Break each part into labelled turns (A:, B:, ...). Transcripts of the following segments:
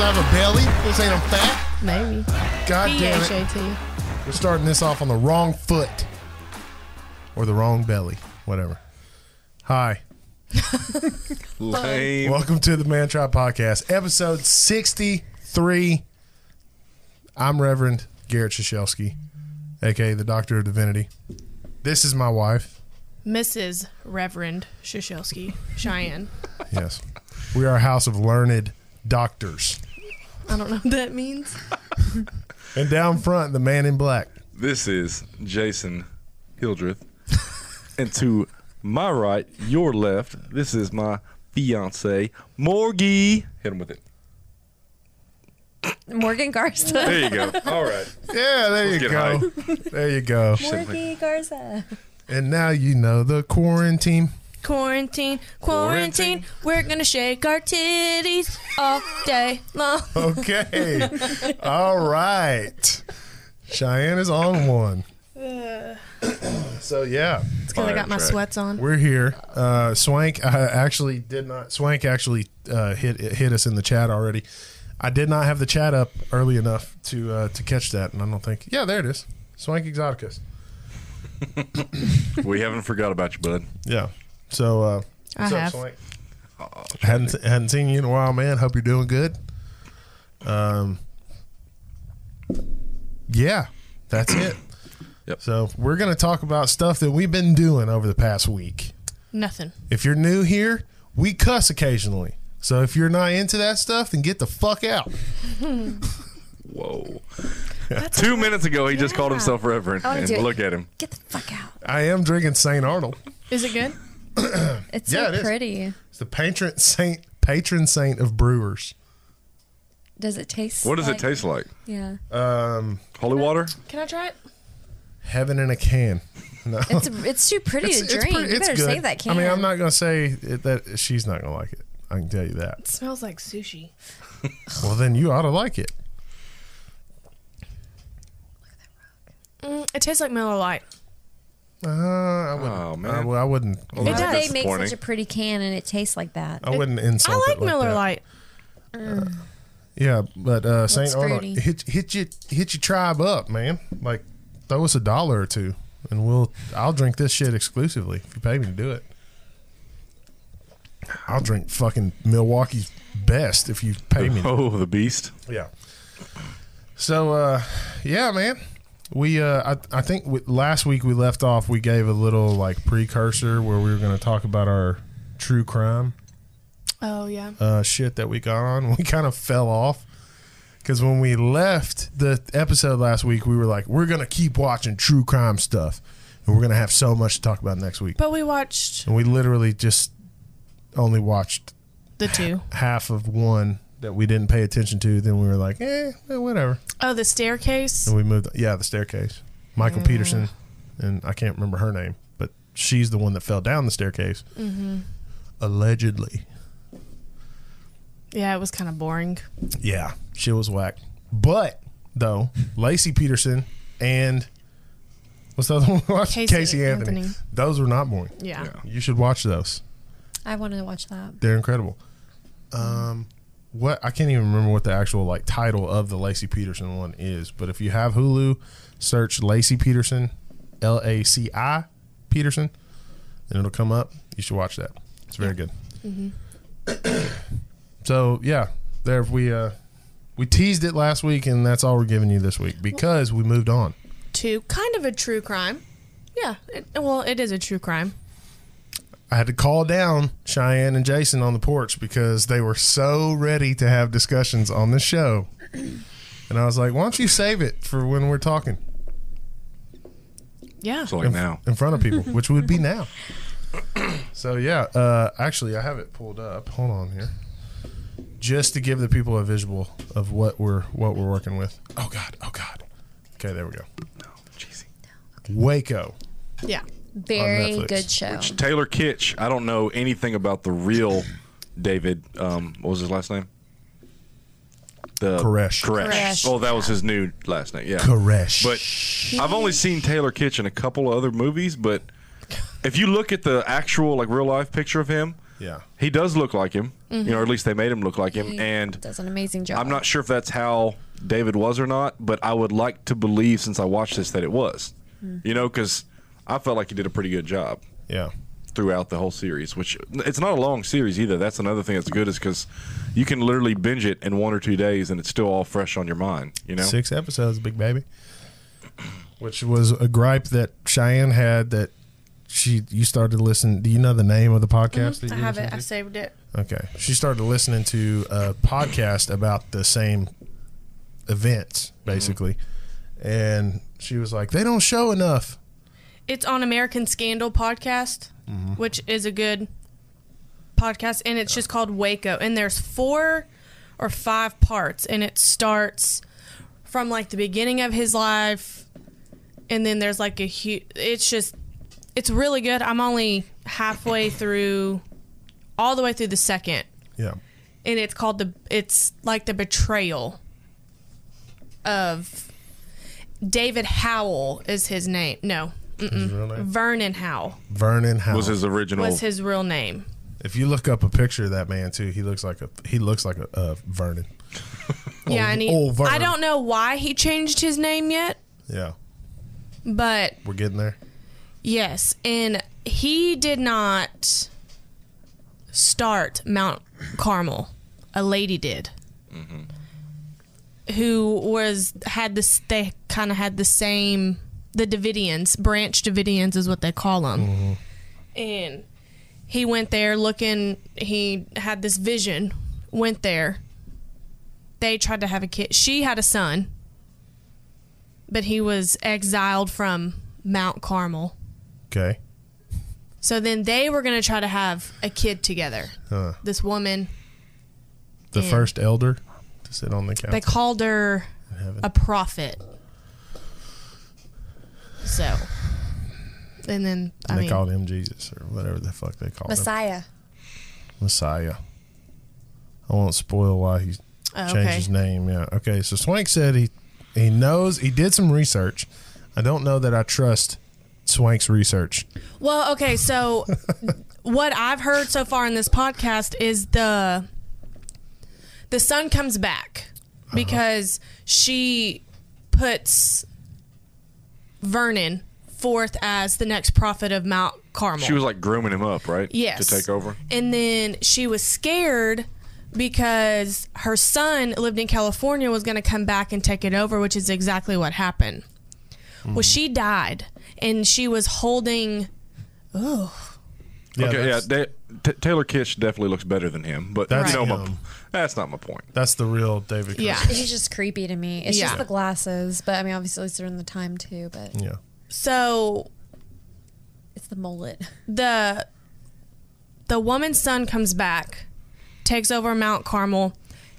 A: have a belly? This ain't I'm fat.
B: Maybe.
A: God damn it.
B: P-H-A-T.
A: We're starting this off on the wrong foot or the wrong belly, whatever. Hi,
C: Lame.
A: welcome to the Man Tribe Podcast, episode 63. I'm Reverend Garrett Shashelsky, aka the Doctor of Divinity. This is my wife.
B: Mrs. Reverend Shishelsky. Cheyenne.
A: Yes. We are a house of learned doctors.
B: I don't know what that means.
A: And down front, the man in black.
C: This is Jason Hildreth. and to my right, your left, this is my fiance, Morgie. Hit him with it.
D: Morgan Garza.
C: There you go. All right.
A: Yeah, there
C: Let's
A: you
C: get
A: go. There you go.
D: Morgan Garza.
A: And now you know the quarantine.
B: Quarantine, quarantine, we're gonna shake our titties all day long.
A: Okay. All right. Cheyenne is on one. So yeah,
B: It's because I got my
C: Fire
B: sweats on.
A: we're here. Uh, Swank I actually did not. Swank actually uh, hit hit us in the chat already. I did not have the chat up early enough to uh, to catch that, and I don't think. Yeah, there it is. Swank Exoticus.
C: We haven't forgot about you, bud.
A: Yeah. So uh,
B: I
A: what's up,
B: have.
A: Swank? hadn't hadn't seen you in a while, man. Hope you're doing good. Um, yeah, that's it.
C: Yep.
A: So we're gonna talk about stuff that we've been doing over the past week.
B: Nothing.
A: If you're new here, we cuss occasionally. So if you're not into that stuff, then get the fuck out.
C: Whoa. Two minutes ago, he just called
D: Yeah.
C: himself Reverend.
D: I wanna
C: And
D: do it.
C: look at him.
D: Get the fuck out.
A: I am drinking Saint Arnold.
B: Is it good?
D: It's
A: Yeah,
D: so
A: it is.
D: pretty.
A: It's the patron saint, patron saint of brewers.
D: Does it taste
C: What does it taste like?
D: Yeah.
A: Um,
C: Holy water?
B: Can I try it?
A: heaven in a can. No.
D: It's it's too pretty to drink.
A: pretty-
D: you better save that can.
A: I mean, I'm not gonna say it, that she's not gonna like it. I can tell you that.
B: It smells like sushi.
A: Well, then you ought to like it.
B: Mm, it tastes like Miller Lite.
A: Uh, I wouldn't.
C: Oh, man.
A: I, w- I wouldn't.
B: It does.
D: they make
C: disappointing.
D: such a pretty can and it tastes like that.
A: I wouldn't insult.
B: I like,
A: it
B: Miller
A: that.
B: Lite.
A: Yeah, but uh, Saint Arnold
D: fruity.
A: hit hit your hit your tribe up, man. Like throw us a dollar or two, and we'll I'll drink this shit exclusively if you pay me to do it. I'll drink fucking Milwaukee's best if you pay me. to.
C: Oh, the beast.
A: Yeah. So uh, yeah, man. We uh, I, I think we, last week we left off. We gave a little like precursor where we were going to talk about our true crime
B: Oh yeah.
A: uh, shit that we got on. We kind of fell off because when we left the episode last week, we were like, we're gonna keep watching true crime stuff, and we're gonna have so much to talk about next week.
B: But we watched
A: And we literally just only watched
B: the two.
A: half of one that we didn't pay attention to. Then we were like, eh, well, whatever.
B: Oh, the staircase.
A: And we moved. Yeah, the staircase. Michael Peterson, and I can't remember her name, but she's the one that fell down the staircase. Mm-hmm. Allegedly.
B: Yeah, it was kind of boring.
A: Yeah, she was whack. But though, Lacey Peterson and what's the other one? we watched?
B: Casey
A: Casey, Anthony.
B: Anthony.
A: Those were not boring.
B: Yeah.
C: Yeah.
A: You should watch those.
D: I want to watch that.
A: They're incredible. Um, what I can't even remember what the actual like title of the Lacey Peterson one is, but if you have Hulu, search Lacey Peterson, L A C I Peterson, and it'll come up. You should watch that. It's very good. so yeah, there we uh we teased it last week, and that's all we're giving you this week because we moved on.
B: To kind of a true crime. Yeah. It, well, it is a true crime.
A: I had to call down Cheyenne and Jason on the porch because they were so ready to have discussions on the show. And I was like, why don't you save it for when we're talking
B: Yeah.
C: So, like now.
A: in front of people, which would be now. So, yeah, uh, actually, I have it pulled up. Hold on here. Just to give the people a visual of what we're what we're working with. Oh God! Oh God! Okay, there we go.
C: No, cheesy.
A: Waco.
B: yeah.
D: Very
A: Netflix.
D: good show.
C: Taylor Kitsch. I don't know anything about the real David. Um, what was his last name? The
A: Koresh.
C: Koresh.
D: Koresh.
C: Oh, that was his new last name. Yeah.
A: Koresh.
C: But I've only seen Taylor Kitsch in a couple of other movies, but if you look at the actual like real life picture of him,
A: Yeah.
C: He does look like him, you know, or at least they made him look like him.
D: He
C: and
D: does an amazing job.
C: I'm not sure if that's how David was or not, but I would like to believe since I watched this that it was.
D: Hmm.
C: You know, because I felt like he did a pretty good job
A: Yeah.
C: throughout the whole series, which it's not a long series either. That's another thing that's good is because you can literally binge it in one or two days and it's still all fresh on your mind. You know,
A: Six episodes, big baby. Which was a gripe that Cheyenne had that she you started to listen. Do you know the name of the podcast? that
B: Mm-hmm. I
A: you
B: have it.
A: listen
B: I saved it.
A: to? Okay. She started listening to a podcast about the same events,
B: Mm-hmm.
A: basically, and she was like, "They don't show enough."
B: It's on American Scandal podcast,
A: Mm-hmm.
B: which is a good podcast, and it's just called Waco. And there's four or five parts, and it starts from like the beginning of his life, and then there's like a huge. It's just, it's really good. I'm only halfway through, all the way through the second,
A: Yeah.
B: and it's called the. It's like the betrayal of David Howell is his name. No.
A: His
B: Mm-hmm.
A: real name?
B: Vernon Howe
A: Vernon Howell.
C: was his original.
B: was his real name.
A: if you look up a picture of that man too, he looks like a he looks like a uh, Vernon.
B: yeah, and he,
A: Oh, old Vernon.
B: I don't know why he changed his name yet,
A: Yeah.
B: but
A: We're getting there.
B: yes, and he did not start Mount Carmel. A lady did, who was had this. They kind of had the same. The Davidians, Branch Davidians, is what they call them, and he went there looking. He had this vision. Went there. They tried to have a kid. She had a son, but he was exiled from Mount Carmel.
A: Okay.
B: So then they were going to try to have a kid together.
A: Huh.
B: This woman,
A: The
B: Yeah.
A: first elder to sit on the
B: they
A: couch.
B: called her
A: in heaven.
B: a prophet. So, and then I
A: And they
B: mean,
A: called him Jesus or whatever the fuck they called him.
D: Messiah.
A: Messiah. I won't spoil why he
B: oh,
A: changed
B: okay,
A: his name. Yeah. Okay. So Swank said he he knows he did some research. I don't know that I trust Swank's research.
B: Well, okay, so what I've heard so far in this podcast is the the son comes back
A: Uh-huh.
B: because she puts Vernon forth as the next prophet of Mount Carmel.
C: she was like grooming him up, right?
B: Yes.
C: To take over.
B: and then she was scared because her son lived in California was going to come back and take it over, which is exactly what happened.
C: Mm-hmm.
B: Well, she died and she was holding
C: okay, yeah.
A: that's-
C: They, t- Taylor Kitsch definitely looks better than him, but
A: That's
C: you know, my,
A: him.
C: that's not my point.
A: That's the real David.
B: Yeah.
A: Cross.
D: He's just creepy to me. It's
B: Yeah.
D: just the glasses, but I mean, obviously it's during the time too, but
A: Yeah.
B: so
D: it's the mullet.
B: the the woman's son comes back, takes over Mount Carmel.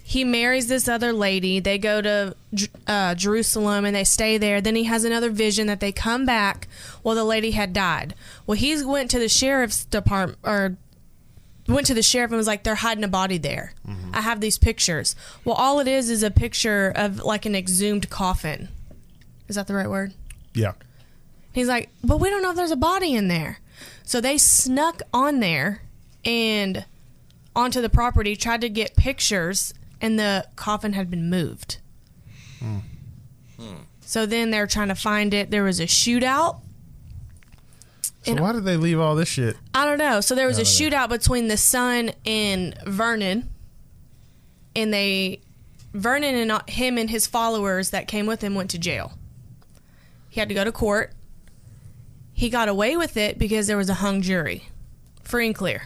B: He marries this other lady. They go to Jer- uh, Jerusalem and they stay there. Then he has another vision that they come back. Well, the lady had died. Well, he's went to the sheriff's department or went to the sheriff and was like, "They're hiding a body there. I have these pictures." Well, all it is is a picture of like an exhumed coffin. Is that the right word?
A: Yeah.
B: He's like, but we don't know if there's a body in there. So they snuck on there and onto the property, tried to get pictures, and the coffin had been moved. So then they're trying to find it. There was a shootout.
A: So
B: And-
A: why did they leave all this shit?
B: I don't know. So there was a shootout between the son and Vernon, and they, Vernon and uh, him and his followers that came with him went to jail. He had to go to court. He got away with it because there was a hung jury, free and clear.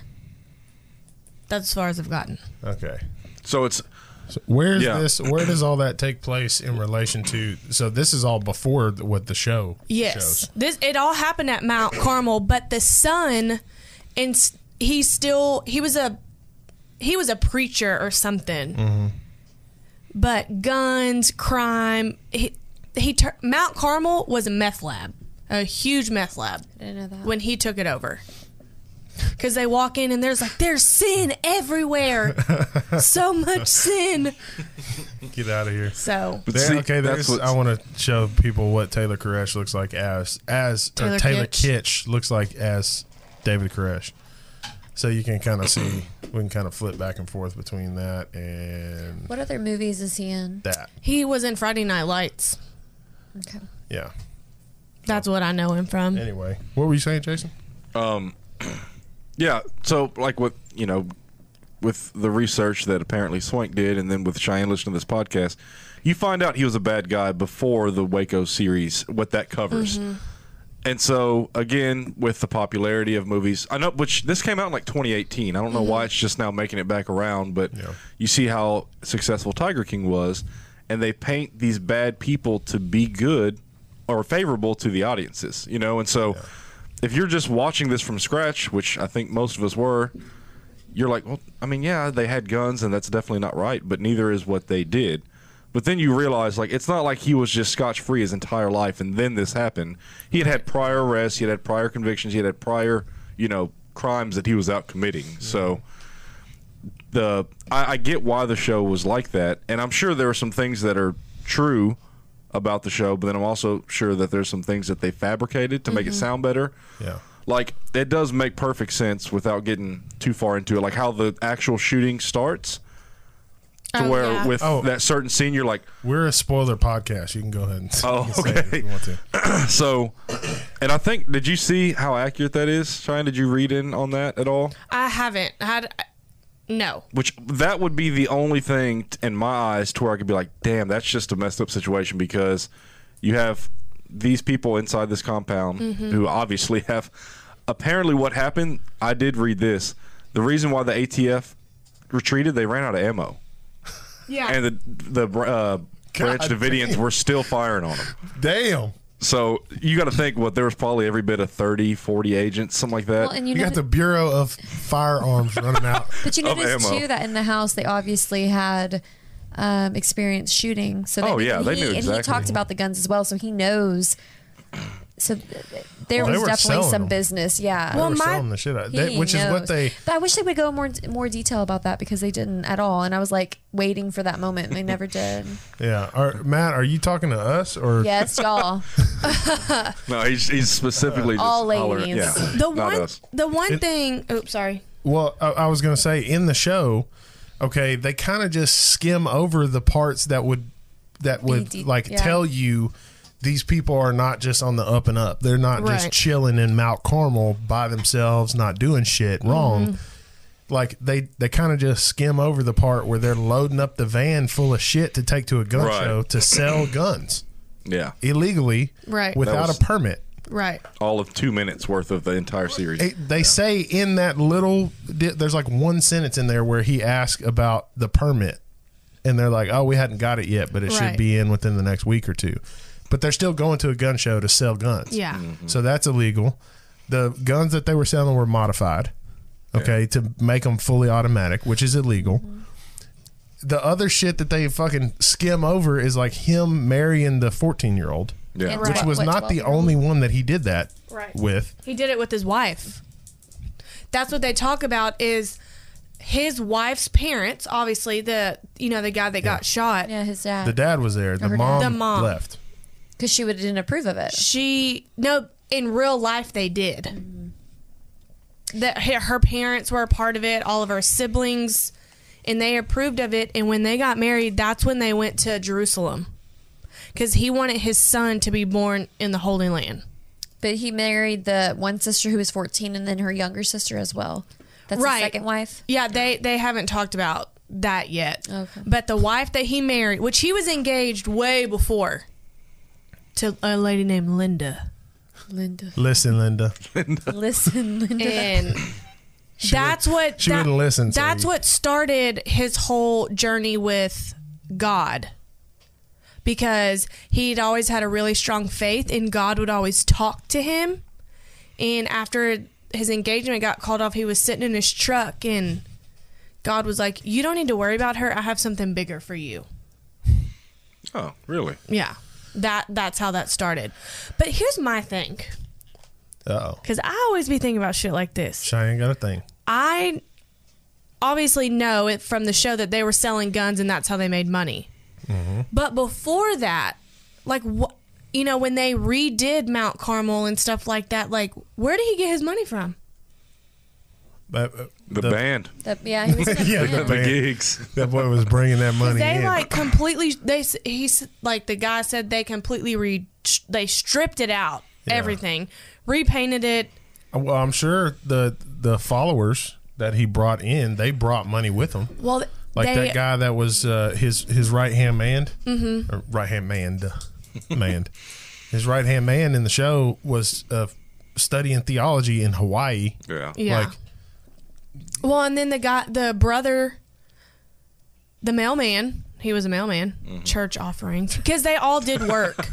B: That's as far as I've gotten.
A: Okay.
C: So it's
A: So where is
C: Yeah.
A: this? Where does all that take place in relation to? So this is all before th- what the show
B: Yes,
A: shows.
B: this it all happened at Mount Carmel, but the son, and s- he still he was a he was a preacher or something. But guns, crime, he he tur- Mount Carmel was a meth lab, a huge meth lab
D: I didn't know that.
B: when he took it over. Because they walk in and there's like there's sin everywhere, so much sin.
A: Get out of here.
B: So
C: but
A: There,
C: see,
A: okay,
C: that's
A: there's.
C: what
A: I want to show people what Taylor Koresh looks like as as or Taylor,
B: Taylor
A: Kitsch. looks like as David Koresh. So you can kind of see, we can kind of flip back and forth between that and
D: What other movies is he in?
A: that.
B: He was in Friday Night Lights.
D: Okay.
A: Yeah.
B: That's what I know him from.
A: Anyway, what were you saying, Jason?
C: Um, yeah. So, like with you know, with the research that apparently Swank did, and then with Cheyenne listening to this podcast, you find out he was a bad guy before the Waco series, what that covers.
B: Mm-hmm.
C: And so, again, with the popularity of movies, I know which this came out in like 2018. I don't know why it's just now making it back around, but
A: Yeah.
C: you see how successful Tiger King was, and they paint these bad people to be good or favorable to the audiences, you know. And so, if you're just watching this from scratch, which I think most of us were, you're like, well, I mean, yeah, they had guns, and that's definitely not right, but neither is what they did. But then you realize, like, it's not like he was just scotch free his entire life, and then this happened. He had had prior arrests, he had had prior convictions, he had had prior, you know, crimes that he was out committing. So the I, I get why the show was like that, and I'm sure there are some things that are true about the show, but then I'm also sure that there's some things that they fabricated to make
B: Mm-hmm.
C: it sound better
A: Yeah.
C: like it does make perfect sense without getting too far into it like how the actual shooting starts to
B: Oh,
C: where
B: yeah.
C: with
A: Oh.
C: that certain scene you're like
A: We're a spoiler podcast. You can go ahead and
C: Oh,
A: you can say it if
C: okay.
A: you want to.
C: so and i think did you see how accurate that is Cheyenne? did you read in on that at all
B: I haven't had. No.
C: which that would be the only thing t- in my eyes to where I could be like, damn, that's just a messed up situation because you have these people inside this compound
D: Mm-hmm.
C: who obviously have. Apparently, what happened, I did read this. The reason why the ATF retreated, they ran out of ammo,
D: Ah.
B: Yeah.
C: and the the uh, Branch
A: God
C: Davidians were still firing on them.
A: Damn.
C: So you got to think, what there was probably every bit of 30, 40 agents, something like that.
D: Well, and you,
A: You
D: know,
A: got the Bureau of Firearms running out.
D: but you
C: of
D: noticed
C: ammo.
D: too that in the house they obviously had um, experience shooting. So they,
C: Oh, yeah,
D: and
C: they
D: he,
C: knew
D: And he
C: exactly.
D: talked about the guns as well, so he knows. So th- th- there
A: Well, they
D: was
A: were
D: definitely
A: selling
D: some
A: them.
D: business. Yeah.
A: They
B: Well,
A: were
B: my-
A: selling the shit out, they,
D: He
A: which is what
D: knows.
A: they.
D: But I wish they would go more more detail about that because they didn't at all, and I was like waiting for that moment. and They never did.
A: Yeah. Are, Matt, are you talking to us or?
D: Yes, y'all.
C: no, he's, he's specifically just
D: All
C: hollering-
D: ladies.
C: Yeah,
B: the
C: not
B: one.
C: us.
B: The one thing. Oops, sorry.
A: Well, I, I was going to say in the show, okay, they kind of just skim over the parts that would that would
D: de-
A: like
D: yeah.
A: tell you these people are not just on the up and up. They're not just
B: Right.
A: chilling in Mount Carmel by themselves, not doing shit wrong. Like they they kind of just skim over the part where they're loading up the van full of shit to take to a gun
C: Right.
A: show to sell guns
C: Yeah,
A: illegally,
B: Right. That
A: Without
C: was-
A: a permit.
B: Right.
C: all of two minutes worth of the entire series.
A: It, they say in that little, there's like one sentence in there where he asks about the permit, and they're like, "Oh, we hadn't got it yet, but it should
B: Right.
A: be in within the next week or two. But they're still going to a gun show to sell guns.
B: Yeah.
A: so that's illegal. The guns that they were selling were modified, okay, to make them fully automatic, which is illegal.
B: Mm-hmm.
A: The other shit that they fucking skim over is like him marrying the 14 year old,
C: Yeah.
D: And
B: Right.
A: which was
D: what,
A: not the
D: 12-year-old?
A: only one that he did that
B: Right.
A: with.
B: He did it with his wife. That's what they talk about is his wife's parents, obviously the you know the guy that got shot.
D: Yeah, his
A: The
D: dad.
A: dad was there. The
D: Her dad.
A: mom,
B: The mom.
A: left.
D: Because she would didn't approve of it.
B: She no in real life they did. That her her parents were a part of it, all of her siblings, and they approved of it. And when they got married, that's when they went to Jerusalem, because he wanted his son to be born in the Holy Land.
D: But he married the one sister who was 14, and then her younger sister as well. That's
B: Right.
D: his second wife.
B: Yeah, they they haven't talked about that yet.
D: Okay.
B: But the wife that he married, which he was engaged way before to a lady named Linda.
D: Linda.
A: Listen, Linda.
D: Listen, Linda.
B: And that's what
A: she
B: that-
A: wouldn't listen to
B: That's
A: you.
B: what started his whole journey with God. Because he'd always had a really strong faith and God would always talk to him. And after his engagement got called off, he was sitting in his truck and God was like, You don't need to worry about her. I have something bigger for you.
C: Oh, really?
B: Yeah. That that's how that started. But here's my thing,
A: Uh oh.
B: because I always be thinking about shit like this.
A: Cheyenne got a thing.
B: I obviously know it from the show that they were selling guns and that's how they made money.
A: Mm-hmm.
B: But before that, like what you know, when they redid Mount Carmel and stuff like that, like where did he get his money from?
A: But, uh,
C: The, band,
D: That, yeah, he was in a
A: Yeah,
D: band.
A: the
C: the
A: band.
C: gigs.
A: That boy was bringing that money
B: They
A: in.
B: like completely. They s- he s- like the guy said they completely re they stripped it out everything, repainted it.
A: Uh, well, I'm sure the the followers that he brought in, they brought money with them.
B: Well,
A: Like
B: they,
A: that guy that was uh, his his right hand man, mm-hmm. right hand man, man. His right hand man in the show was uh, studying theology in Hawaii.
C: Yeah.
B: Yeah.
A: Like
B: Well, and then the guy, the brother, the mailman. He was a mailman.
A: Mm-hmm.
B: Church offerings because they all did work.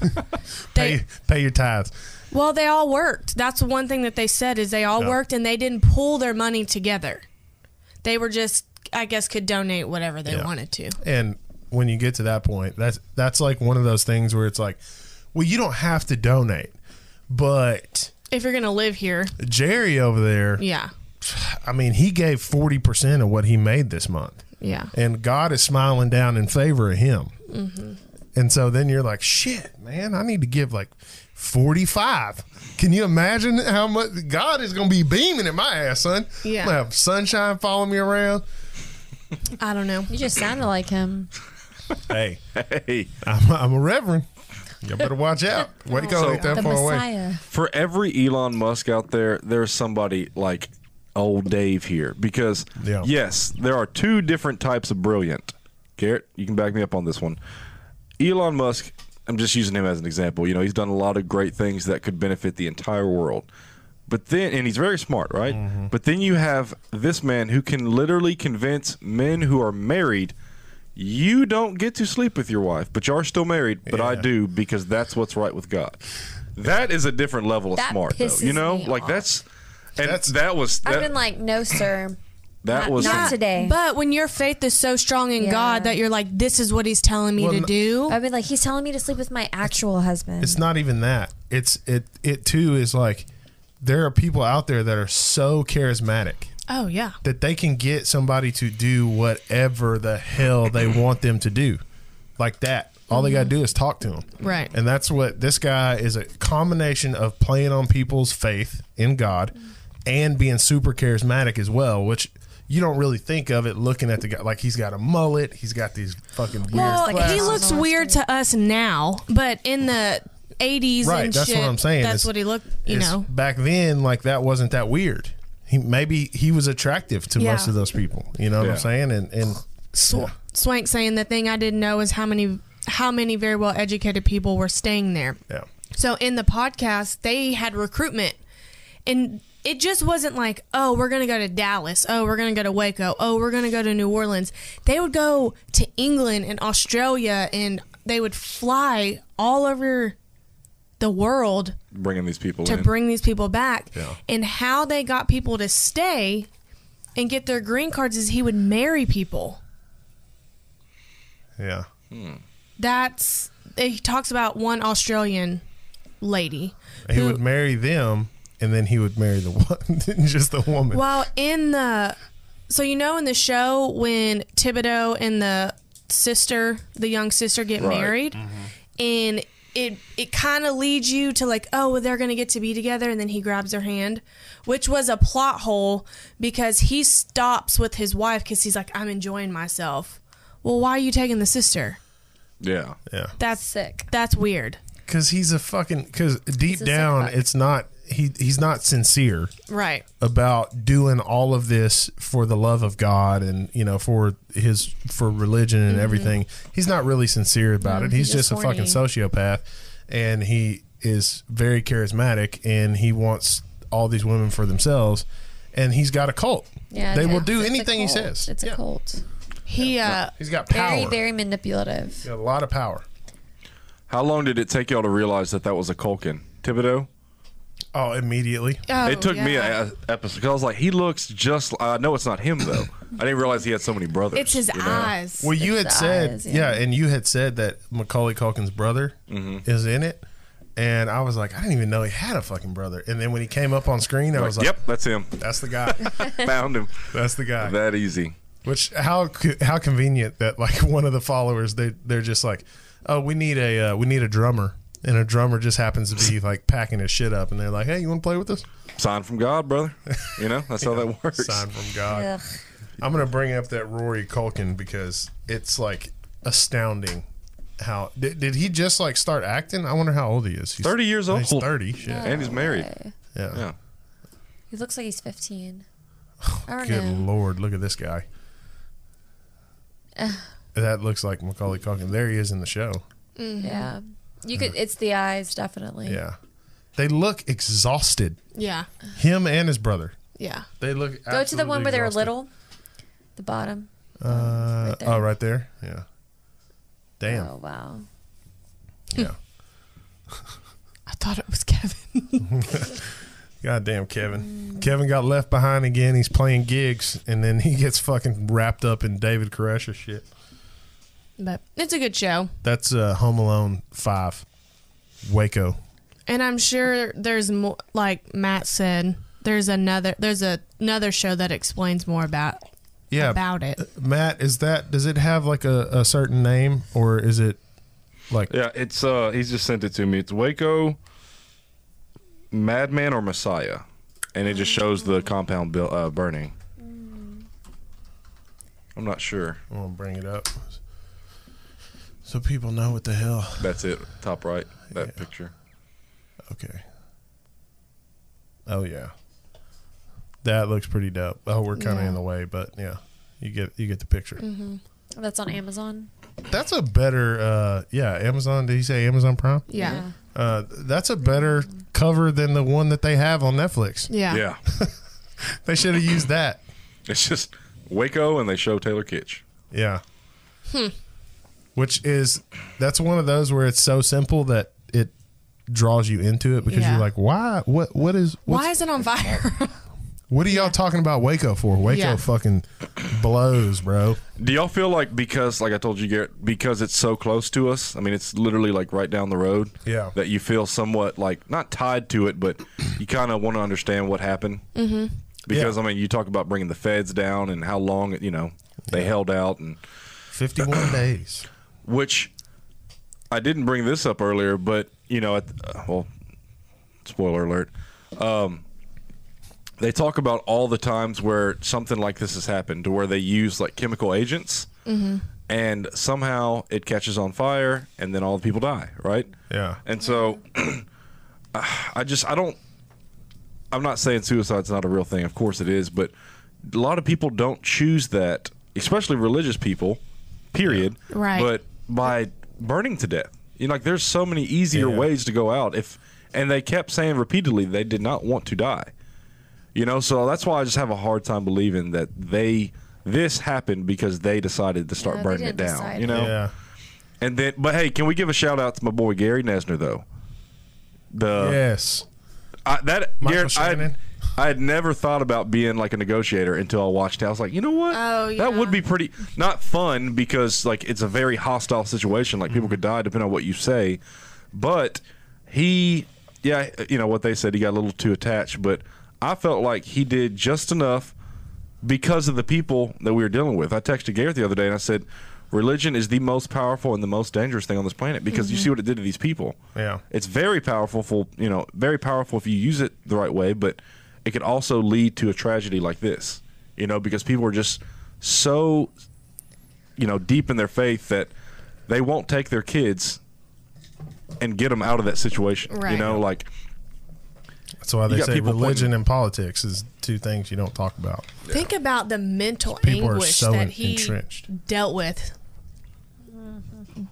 B: they
A: pay pay your tithes.
B: well, they all worked. That's the one thing that they said is they all
A: Yeah.
B: worked and they didn't pull their money together. They were just, I guess, could donate whatever they
A: Yeah.
B: wanted to.
A: And when you get to that point, that's that's like one of those things where it's like, well, you don't have to donate, but
B: If you're gonna live here,
A: Jerry over there,
B: yeah,
A: I mean, he gave forty percent of what he made this month,
B: yeah.
A: and God is smiling down in favor of him. And so then you're like, shit, man, I need to give like forty five. Can you imagine how much God is going to be beaming at my ass, son?
B: Yeah.
A: I'm gonna have sunshine following me around.
B: I don't know.
D: You just sounded like him.
A: Hey,
C: Hey,
A: I'm, I'm a reverend. You better watch out. Way to go!
C: So-
A: ain't that
D: The
A: far away.
D: Messiah.
C: for every Elon Musk out there, there's somebody like old Dave here because
A: Yeah.
C: yes, there are two different types of brilliant. Garrett, you can back me up on this one. Elon Musk, I'm just using him as an example. You know, he's done a lot of great things that could benefit the entire world. But then, and he's very smart, right?
A: Mm-hmm.
C: But then you have this man who can literally convince men who are married, you don't get to sleep with your wife, but you are still married, but I
A: Yeah.
C: do because that's what's right with God. That is a different level of
D: That
C: smart, though.
D: pisses
C: You know,
D: me
C: like
D: off.
C: that's and
A: That's-
C: that was that,
D: I've been like, no, sir.
C: that
D: not-
C: was
D: not
C: some-
D: today.
B: But when your faith is so strong in
D: Yeah. Uh,
B: God that you're like, this is what He's telling me
A: Well,
B: to
A: n-
B: do.
D: I've been like, he's telling me to sleep with my actual husband.
A: It's not even that. It's it it too is like there are people out there that are so charismatic
B: oh yeah,
A: that they can get somebody to do whatever the hell they want them to do, like that. All they gotta do is talk to them,
B: Mm-hmm. Right.
A: And that's what this guy is a combination of playing on people's faith in God
B: Mm-hmm.
A: and being super charismatic as well, which. You don't really think of it looking at the guy like he's got a mullet, he's got these fucking weird.
B: Well,
D: Like,
B: he
D: glasses
B: looks
D: on
B: weird to us now, but in the 80s
A: Right,
B: and
A: that's
B: shit,
A: what I'm saying.
B: That's
A: It's-
B: what he looked, you
A: It's-
B: know.
A: back then like that wasn't that weird he maybe he was attractive to
B: Yeah.
A: most of those people you know what
C: Yeah.
A: i'm saying and and
B: Sw- Swank saying the thing I didn't know is how many how many very well educated people were staying there.
A: yeah
B: So in the podcast, they had recruitment, and it just wasn't like, oh, we're gonna go to Dallas, oh, we're gonna go to Waco, oh, we're gonna go to New Orleans. They would go to England and Australia, and they would fly all over the world
C: bringing these people
B: to
C: in.
B: bring these people back.
A: Yeah.
B: And how they got people to stay and get their green cards is he would marry people.
A: yeah
B: That's he talks about one Australian lady
A: he
B: who
A: would marry them and then he would marry the one just the woman
B: well in the so you know in the show when Thibodeau and the sister, the young sister get
C: Right. Mm-hmm.
B: married and it it kind of leads you to like oh well, they're gonna get to be together and then he grabs her hand which was a plot hole because he stops with his wife because he's like i'm enjoying myself well why are you taking the sister
C: yeah.
A: yeah
B: that's
D: Sick.
B: that's weird
A: because he's a fucking because deep
D: He's a
A: down
D: sick fuck.
A: it's not he he's not sincere
B: right
A: about doing all of this for the love of God and you know for his for religion and everything. He's not really sincere about it. He's,
D: he's
A: just,
D: Mm-hmm. just
A: a fucking sociopath, and he is very charismatic and he wants all these women for themselves. And he's got a cult.
D: Yeah,
A: they will
D: it's-
A: do
D: it's a
A: anything he
D: cult.
A: says.
D: It's
A: Yeah.
D: a cult.
B: he uh
A: He's got power.
D: Very, very manipulative.
A: He's got a lot of power.
C: How long did it take y'all to realize that that was a Culkin Thibodeau?
A: Oh, immediately.
B: oh,
C: it took me
B: yeah.
C: a, a episode because I was like, he looks just. li- I know it's not him though. I didn't realize he had so many brothers.
B: it's his
C: you know?
B: eyes
A: Well, you had
D: the
A: said,
D: eyes,
A: yeah.
D: yeah.
A: and you had said that Macaulay Culkin's brother
C: Mm-hmm.
A: is in it, and I was like, I didn't even know he had a fucking brother. And then when he came up on screen, I was like,
C: yep, that's him.
A: that's the guy,
C: Found him.
A: that's the guy.
C: That easy.
A: Which how co- how convenient that like one of the followers they they're just like, oh, we need a uh, we need a drummer. and a drummer just happens to be like packing his shit up, and they're like, "Hey, you want to play with us?"
C: Sign from God, brother. You know that's how that works.
A: Sign from God.
D: Ugh.
A: I'm gonna bring up that Rory Culkin because it's like astounding how did, did he just like start acting? I wonder how old he is. He's
C: 30 years
A: He's
C: old.
A: thirty. Shit. Yeah.
C: And he's married. Yeah.
D: He looks like he's 15. I don't
A: Oh, Good
D: know.
A: lord, look at this guy. that looks like Macaulay Culkin. There he is in the show.
D: Yeah. You could. It's the eyes, definitely.
A: Yeah, they look exhausted.
B: Yeah.
A: Him and his brother.
B: Yeah.
A: They look.
D: Go to the
A: absolutely
D: one where they were
A: exhausted.
D: little. The bottom.
A: Uh,
D: Right there.
A: Oh, right there. Yeah. Damn.
D: Oh wow.
A: Yeah.
B: I thought it was Kevin.
A: Goddamn, Kevin. Kevin got left behind again. He's playing gigs, and then he gets fucking wrapped up in David Koresh shit.
B: but it's a good show.
A: That's uh, Home Alone Five, Waco.
B: And I'm sure there's more like Matt said, there's another there's a, another show that explains more about
A: Yeah,
B: about it.
A: Matt, is that does it have like a, a certain name or is it like
C: Yeah, it's uh he's just sent it to me. It's Waco Madman or Messiah. And it just shows the compound bill uh, burning.
B: Mm.
C: I'm not sure.
A: I'm gonna bring it up so people know what the hell.
C: That's it. Top right. That picture.
A: Okay. Oh yeah, that looks pretty dope. Oh, we're kind of
D: Yeah.
A: in the way, but yeah, you get you get the picture.
D: That's on Amazon.
A: That's a better uh yeah, Amazon, did he say Amazon Prime?
B: Yeah.
A: Uh that's a better cover than the one that they have on Netflix.
B: Yeah.
C: Yeah.
A: They should have used that.
C: it's just Waco and they show Taylor Kitsch.
A: Yeah.
B: Hmm.
A: Which is that's one of those where it's so simple that it draws you into it because
B: Yeah.
A: you're like, why? What? What is?
B: Why
A: what's-
B: is it on fire?
A: What are y'all talking about Waco for? Waco
B: Yeah.
A: fucking blows, bro.
C: Do y'all feel like because, like I told you, Garrett, because it's so close to us? I mean, it's literally like right down the road.
A: Yeah.
C: That you feel somewhat like not tied to it, but you kind of want to understand what happened. Mm-hmm. Because
A: Yeah.
C: I mean, you talk about bringing the feds down and how long you know they held out, and
A: Fifty-one days.
C: which I didn't bring this up earlier, but you know, at, uh, well, spoiler alert. Um, they talk about all the times where something like this has happened, to where they use like chemical agents, and somehow it catches on fire, and then all the people die, right?
A: Yeah.
C: And so, I just I don't. I'm not saying suicide's not a real thing. Of course it is, but a lot of people don't choose that, especially religious people. Period.
B: Right.
C: But by burning to death, you know, like there's so many easier
A: Yeah.
C: ways to go out. If and they kept saying repeatedly they did not want to die. You know, so that's why I just have a hard time believing that they this happened because they decided to start
D: Yeah, they
C: burning it
D: didn't
C: down.
D: decide
C: You
D: it.
C: know.
A: Yeah.
C: And then, but hey, can we give a shout out to my boy Gary Nesner though? The
A: yes.
C: I, that
A: Michael
C: Garrett, I, had,
A: Shannon.
C: I had never thought about being like a negotiator until I watched. it. I was like, you know what?
B: Oh, yeah.
C: That would be pretty not fun because like it's a very hostile situation. Like
A: Mm-hmm.
C: people could die depending on what you say. But he, yeah, you know what they said. He got a little too attached, but I felt like he did just enough because of the people that we were dealing with. I texted Garrett the other day and I said, religion is the most powerful and the most dangerous thing on this planet because you see what it did to these people.
A: Mm-hmm. Yeah.
C: It's very powerful for, you know, very powerful if you use it the right way, but it could also lead to a tragedy like this, you know, because people are just so, you know, deep in their faith that they won't take their kids and get them out of that situation. You
B: Right.
C: know, like,
A: That's why they
C: got
A: say
C: people
A: religion
C: pointing-
A: and politics is two things you don't talk about.
B: Think about the mental
A: People are
B: anguish
A: so
B: that
A: en-
B: he
A: entrenched.
B: dealt with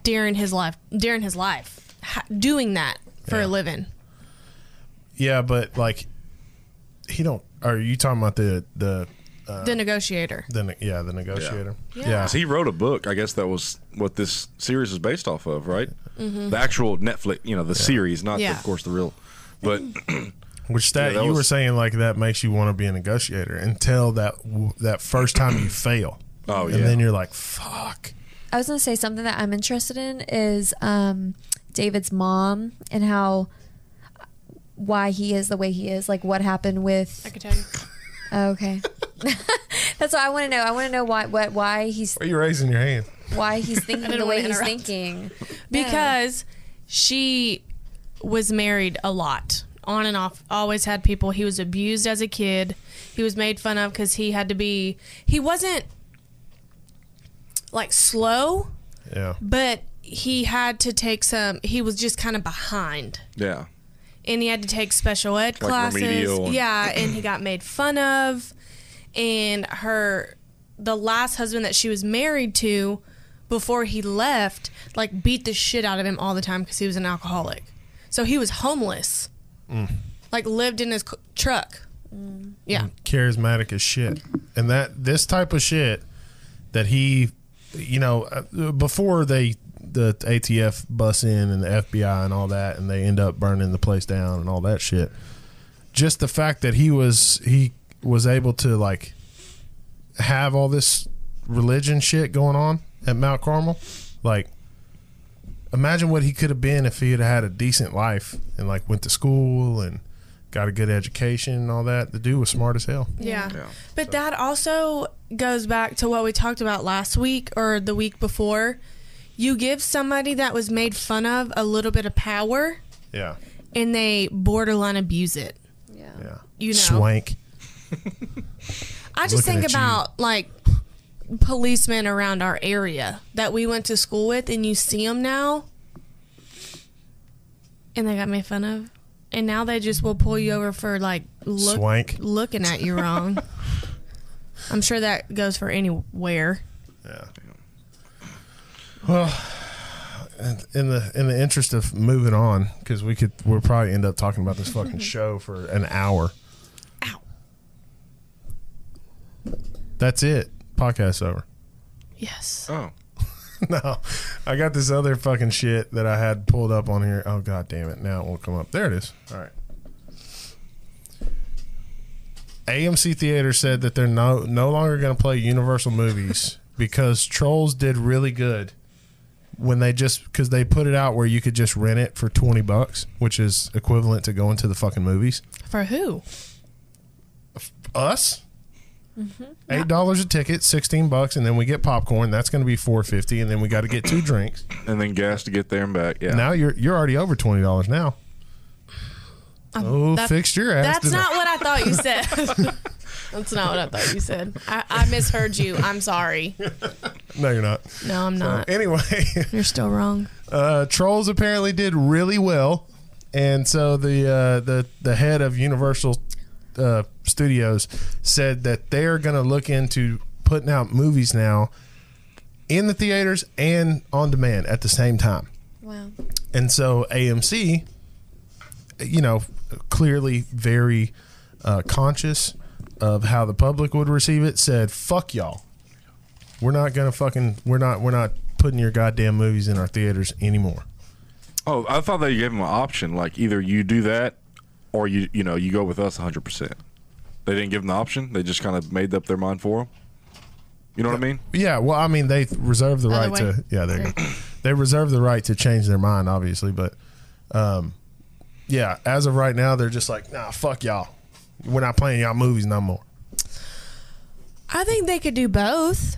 B: during his life during his life ha- doing that for
A: Yeah.
B: a living.
A: Yeah, but like he don't are you talking about the the Uh,
B: the negotiator.
A: the ne- yeah, the negotiator?
B: Yeah.
C: So he wrote a book. I guess that was what this series is based off of, right? The actual Netflix, you know, the series, not
B: Mm-hmm. Yeah.
C: of course the real. But
A: Which that,
C: Yeah, that
A: you were
C: was-
A: saying like that makes you want to be a negotiator until that w- that first time you fail.
C: Oh,
A: and
C: yeah.
A: then you're like fuck.
D: I was gonna say something that I'm interested in is um, David's mom and how why he is the way he is, like what happened with.
B: could tell you.
D: Oh, okay, that's what I want to know. I want to know why what why he's
A: Why are you raising your hand?
D: why he's thinking
B: didn't
D: the
B: wanna
D: way he's
B: interrupt.
D: thinking.
B: Because she was married a lot, on and off. Always had people. He was abused as a kid. He was made fun of because he had to be. He wasn't like slow,
A: Yeah.
B: but he had to take some. He was just kind of behind
C: Yeah.
B: and he had to take special ed
C: Like
B: classes.
C: remedial and-
B: yeah, and he got made fun of. And her, the last husband that she was married to, before he left, like beat the shit out of him all the time because he was an alcoholic. So he was homeless,
C: Mm.
B: like lived in his c- truck.
A: Mm.
B: Yeah,
A: charismatic as shit. And that this type of shit that he, you know, uh, before they the ATF bus in and the FBI and all that, and they end up burning the place down and all that shit. Just the fact that he was he was able to like have all this religion shit going on at Mount Carmel, like. Imagine what he could have been if he had had a decent life and like went to school and got a good education and all that. The dude was smart as hell.
B: yeah.
C: Yeah.
B: But that also goes back to what we talked about last week or the week before. You give somebody that was made fun of a little bit of power.
A: Yeah.
B: and they borderline abuse it.
D: Yeah.
A: Yeah.
B: You know,
A: Swank.
B: I just
A: looking
B: think
A: at you.
B: about like policemen around our area that we went to school with, and you see them now, and they got made fun of, and now they just will pull you over for like look,
A: Swank.
B: looking at you wrong. I'm sure that goes for anywhere.
A: Yeah. Well, in- in the in the interest of moving on, because we could we'll probably end up talking about this fucking show for an hour.
B: Ow.
A: That's it. Podcast over.
B: Yes.
C: Oh.
A: no, I got this other fucking shit that I had pulled up on here. Oh god damn it! Now it won't come up. There it is. All right. AMC Theater said that they're no no longer going to play Universal movies because Trolls did really good when they just because they put it out where you could just rent it for twenty bucks, which is equivalent to going to the fucking movies.
B: For who?
A: Us. Eight dollars a ticket, sixteen bucks, and then we get popcorn. That's going to be four fifty, and then we got to get two drinks.
C: And then gas to get there and back. Yeah.
A: Now you're you're already over twenty dollars now. oh,
B: Um, that-
A: fixed your ass.
B: That's
A: didn't I?
B: not what I thought you said. That's not what I thought you said. I, I misheard you. I'm sorry.
A: No, you're not. Uh,
B: No, I'm not.
A: Anyway,
B: You're still wrong.
A: uh, trolls apparently did really well, and so the uh, the the head of Universal uh, Studios said that they're going to look into putting out movies now in the theaters and on demand at the same time.
D: Wow.
A: And so AMC, you know, clearly very uh, conscious of how the public would receive it, said, "Fuck y'all. We're not gonna fucking. We're not. We're not putting your goddamn movies in our theaters anymore."
C: Oh, I thought they gave him an option. Like either you do that, or you you know you go with us 100. percent They didn't give him the option. They just kind of made up their mind for him. You know what I mean?
A: Yeah. Well, I mean, they reserve the
B: Other
A: right
B: way.
A: to. Yeah, they they reserve the right to change their mind, obviously, but um, yeah, as of right now, they're just like, nah, fuck y'all. We're not playing y'all movies no more.
B: I think they could do both.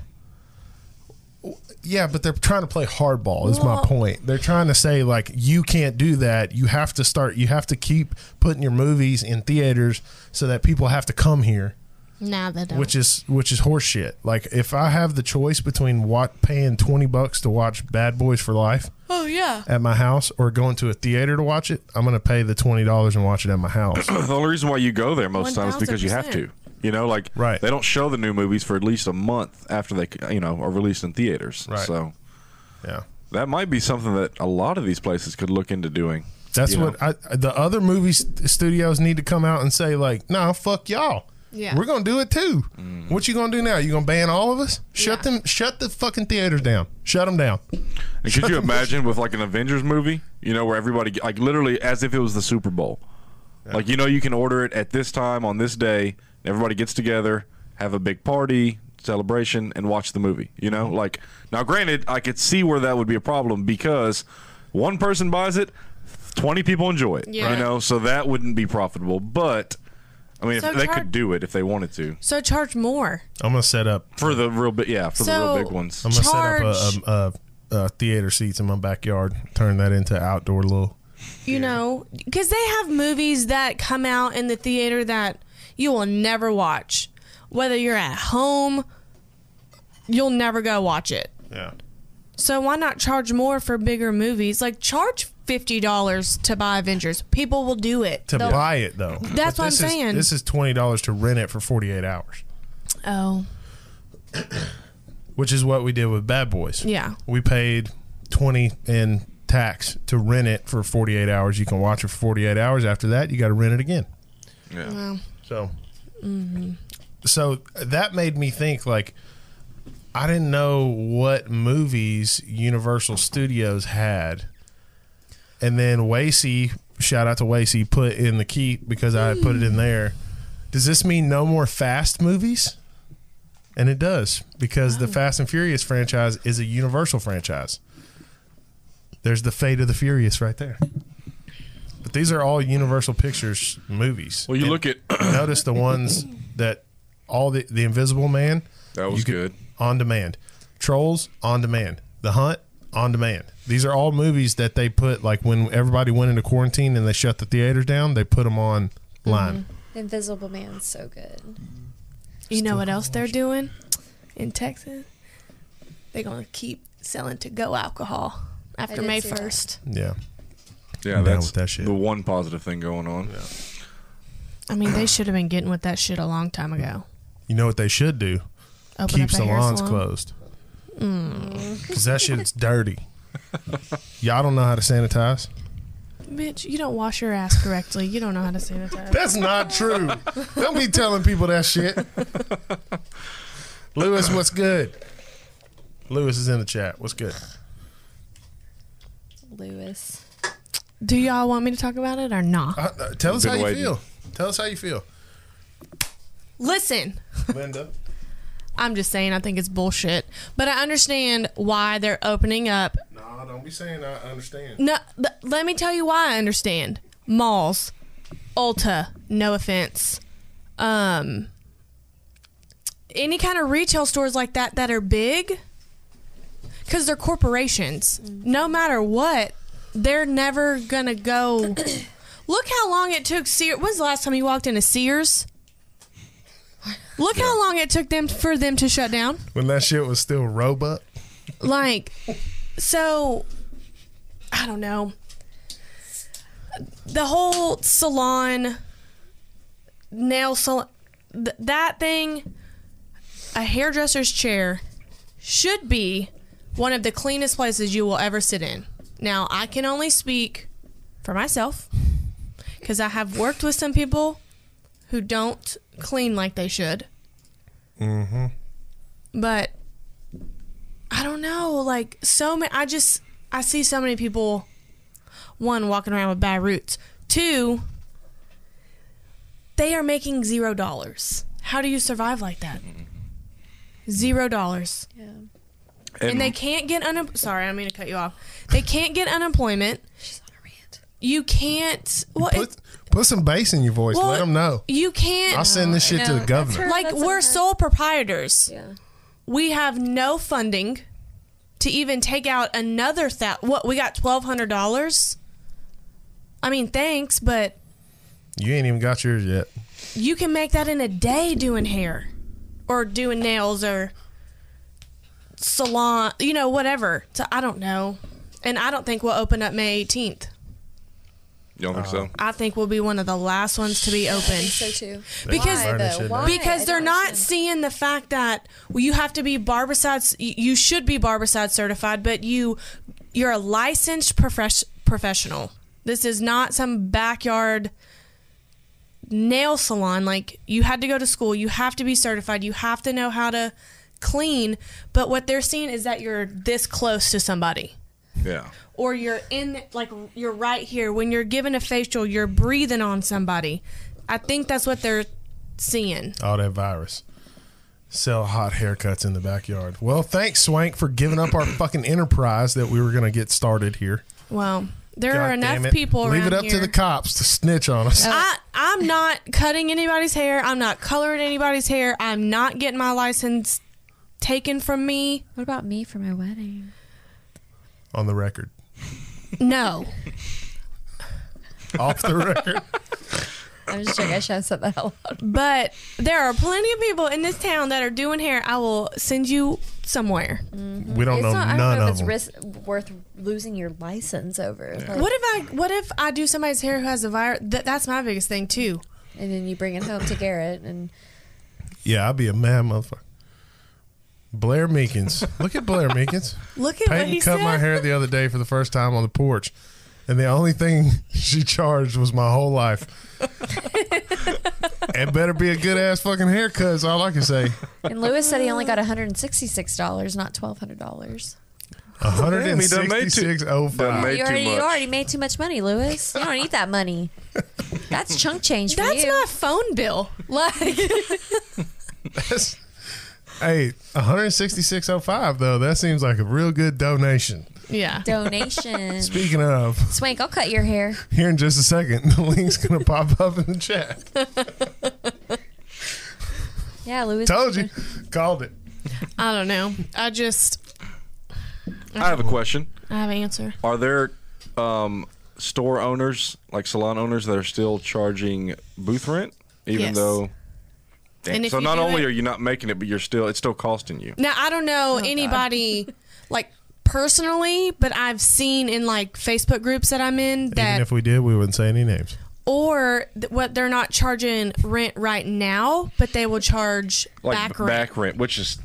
A: Yeah, but they're trying to play hardball. Is my
B: Well-
A: point. They're trying to say like you can't do that. You have to start. You have to keep putting your movies in theaters so that people have to come here,
B: Nah, they don't.
A: which is which is horseshit. Like if I have the choice between what paying twenty bucks to watch Bad Boys for Life
B: oh yeah.
A: at my house or going to a theater to watch it, I'm gonna pay the twenty dollars and watch it at my house.
C: the only reason why you go there most times is because you have to.
B: 1000%.
C: You know, like
A: Right.
C: They don't show the new movies for at least a month after they you know are released in theaters.
A: Right.
C: So
A: yeah.
C: that might be something that a lot of these places could look into doing.
A: That's
C: You
A: what I, the other movie st- studios need to come out and say, like, nah, fuck y'all.
B: Yeah.
A: We're gonna do it too. What you gonna do now? You gonna ban all of us? Shut
B: Yeah.
A: them. Shut the fucking theaters down. Shut them down.
C: And could you imagine with like an Avengers movie, you know, where everybody like literally as if it was the Super Bowl. Like you know, you can order it at this time on this day. and Everybody gets together, have a big party, celebration, and watch the movie. You know, like now, granted, I could see where that would be a problem because one person buys it, twenty people enjoy it.
B: Yeah.
C: You know, so that wouldn't be profitable. But I mean,
B: So
C: if they
B: char-
C: could do it if they wanted to
B: So charge more.
A: I'm gonna set up.
C: for the real big, yeah, for the
B: So- Um,
C: real big ones.
A: I'm gonna
B: Charge.
A: set up a, a, a, a theater seats in my backyard. Turn that into outdoor little
B: you know, because they have movies that come out in the theater that you will never watch. Whether you're at home, you'll never go watch it.
A: Yeah.
B: So why not charge more for bigger movies? Like charge fifty dollars to buy Avengers. People will do it.
A: To
B: They'll-
A: buy it though.
B: That's
A: But
B: what
A: this
B: I'm
A: is-
B: saying.
A: This is twenty dollars to rent it for forty eight hours.
B: Oh,
A: Which is what we did with Bad Boys.
B: Yeah.
A: We paid twenty in tax to rent it for forty eight hours. You can watch it for forty eight hours. After that you gotta rent it again.
C: Yeah.
A: So, so that made me think like I didn't know what movies Universal Studios had, and then Wacy, shout out to Wacy, put in the keep because I had put it in there. Does this mean no more Fast movies? And it does because the Fast and Furious franchise is a Universal franchise. There's the Fate of the Furious right there. But these are all Universal Pictures movies.
C: Well, you
A: And-
C: look at
A: notice the ones that all the the Invisible Man.
C: That was
A: you could-
C: good.
A: On demand, Trolls on demand, The Hunt on demand. These are all movies that they put like when everybody went into quarantine and they shut the theaters down. They put them on line.
D: Invisible Man's so good.
B: you know what else they're doing in Texas? They're gonna keep selling to go alcohol after
D: did
B: May
D: see that.
B: first.
A: Yeah,
C: yeah,
A: down
C: that's
A: with that shit.
C: the one positive thing going on.
B: I mean, they should have been getting with that shit a long time ago.
A: you know what they should do?
B: Open
A: Keep
B: up a hair
A: salons
B: salon. Mm.
A: closed. Cause that shit's dirty. Y'all don't know how to sanitize.
B: Bitch, you don't wash your ass correctly. You don't know how to sanitize.
A: That's not true. Don't be telling people that shit. Lewis, what's good? Lewis is in the chat. What's good?
D: Lewis.
B: Do y'all want me to talk about it or not?
A: Uh, uh, tell us
C: Been
A: how you
C: waiting.
A: feel. Tell us how you feel,
B: Listen,
A: Linda.
B: I'm just saying I think it's bullshit, but I understand why they're opening up.
A: No, don't be saying I understand.
B: No, th- let me tell you why I understand. Malls, Ulta, no offense. Um any kind of retail stores like that that are big cuz they're corporations. No matter what, they're never going to go Look how long it took Sears. When's the last time you walked into Sears? Look how long it took them for them to shut down.
A: When that shit was still Roebuck.
B: Like, so I don't know. The whole salon, nail salon, th- that thing, a hairdresser's chair should be one of the cleanest places you will ever sit in. Now, I can only speak for myself because I have worked with some people who don't clean like they should. Mm-hmm. But I don't know. Like so many, I just I see so many people. One walking around with bad roots. Two, they are making zero dollars. How do you survive like that? Zero dollars,
D: Yeah.
C: And,
B: and they can't get un. Sorry, I don't mean to cut you off. They can't get unemployment.
D: She's on a rant.
B: You can't. Well,
A: Put
B: it-
A: put some bass in your voice.
B: well,
A: Let them know.
B: you can't.
A: I'll send this shit to
D: No,
A: the
D: that's
A: governor.
D: her-
B: like
D: That's
B: we're
D: okay.
B: sole proprietors.
D: Yeah.
B: we have no funding to even take out another that what we got twelve hundred dollars i mean thanks but
A: You ain't even got yours yet.
B: you can make that in a day doing hair or doing nails or salon you know whatever so i don't know and i don't think we'll open up may 18th
C: you don't think
A: Uh,
C: so?
B: i think we'll be one of the last ones to be open
D: So too.
B: Because-
D: Why,
A: Burnish
D: though?
A: it
D: Why?
A: up.
B: because
D: I
B: they're
D: don't
B: not
D: understand.
B: seeing the fact that well, you have to be barberside you you should be barberside certified but you you're a licensed profesh, professional this is not some backyard nail salon like you had to go to school you have to be certified you have to know how to clean but what they're seeing is that you're this close to somebody
C: Yeah.
B: or you're in like you're right here when you're given a facial you're breathing on somebody i think that's what they're seeing
A: All that virus. Sell hot haircuts in the backyard. Well, thanks, Swank, for giving up our fucking enterprise that we were gonna get started here.
B: Well, there
A: God damn
B: are enough
A: it.
B: people around
A: Leave it up
B: here. Uh,
A: to the cops to snitch on us.
B: I, I'm not cutting anybody's hair. I'm not coloring anybody's hair. I'm not getting my license taken from me.
D: What about me for my wedding?
A: on the record.
B: No.
A: off the record.
D: I'm just joking. I should have said that out loud.
B: But there are plenty of people in this town that are doing hair. I will send you somewhere.
A: We don't
D: It's
A: know
D: not, I
A: none
D: don't know if
A: of
D: it's
A: them.
D: risk, worth losing your license over. Like,
B: What if I what if I do somebody's hair who has a virus? Th- that's my biggest thing too.
D: and then you bring it home to Garrett and
A: Yeah, I'd be a mad motherfucker. Blair Meekins. Look at Blair Meekins.
B: Look at what
A: Peyton
B: he
A: cut
B: said.
A: my hair the other day for the first time on the porch, and the only thing she charged was my whole life. it better be a good ass fucking haircut. Is all I can say.
D: and Lewis said he only got 166 dollars, not 1,200 dollars.
A: One hundred
C: Damn,
A: and
C: he done made two.
A: sixty-six oh
C: Done
A: five.
C: made- Way
D: You
C: too
D: already, you
C: much.
D: already made too much money, Lewis. You don't need that money. That's chunk change for
B: That's
D: you.
B: my phone bill.
D: like
A: Hey, one hundred sixty-six oh five though. That seems like a real good donation.
B: Yeah.
D: donation.
A: Speaking of,
D: Swank, I'll cut your hair.
A: here in just a second, the link's gonna pop up in the chat.
D: Yeah, Lewis.
A: Told you, called it.
B: I don't know. I just
C: I have a question.
B: I have an answer.
C: Are there um, store owners, like salon owners, that are still charging booth rent, even
B: Yes.
C: though? Damn.
B: And if
C: So
B: you
C: not
B: do
C: only
B: it-
C: are you not making it, but you're still it's still costing you.
B: Now I don't
A: Oh,
B: know anybody like personally, but I've seen in like Facebook groups that I'm in
A: Even
B: that
A: if we did, we wouldn't say any names.
B: or th- what they're not charging rent right now, but they will charge
C: like
B: back
C: back
B: rent.
C: rent. which is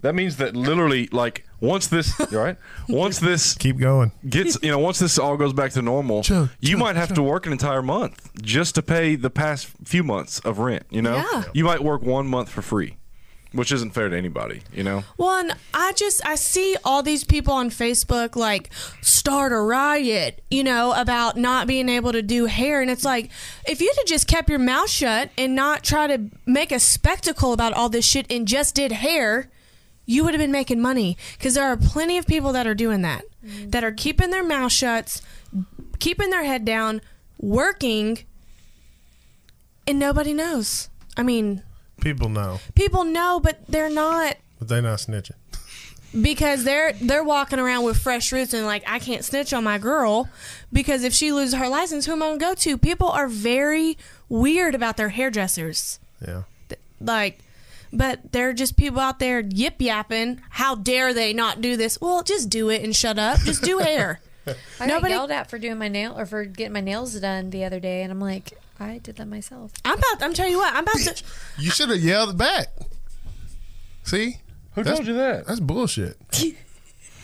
C: that means that literally like once this you all right once this
A: Keep going.
C: gets you know once this all goes back to normal
A: Chug,
C: you
A: chug,
C: might have to work an entire month just to pay the past few months of rent you know
B: Yeah.
C: you might work one month for free which isn't fair to anybody you know
B: Well, and I just I see all these people on Facebook like start a riot, you know, about not being able to do hair, and it's like if you'd have just kept your mouth shut and not try to make a spectacle about all this shit and just did hair, you would have been making money because there are plenty of people that are doing that, that are keeping their mouth shut, keeping their head down, working, and nobody knows. I mean,
A: People know,
B: people know, but they're not
A: but they not snitching.
B: because they're they're walking around with fresh roots and like I can't snitch on my girl because if she loses her license, who am I gonna go to? People are very weird about their hairdressers,
A: Yeah.
B: Th- like, but there are just people out there yip yapping. How dare they not do this? Well, just do it and shut up. Just do hair.
D: I
B: Nobody-
D: got yelled at for doing my nail or for getting my nails done the other day, and I'm like, I did that myself.
B: I'm about. I'm telling you what. I'm about to.
A: You should have yelled back. See?
C: who
A: That's-
C: told you that
A: That's bullshit.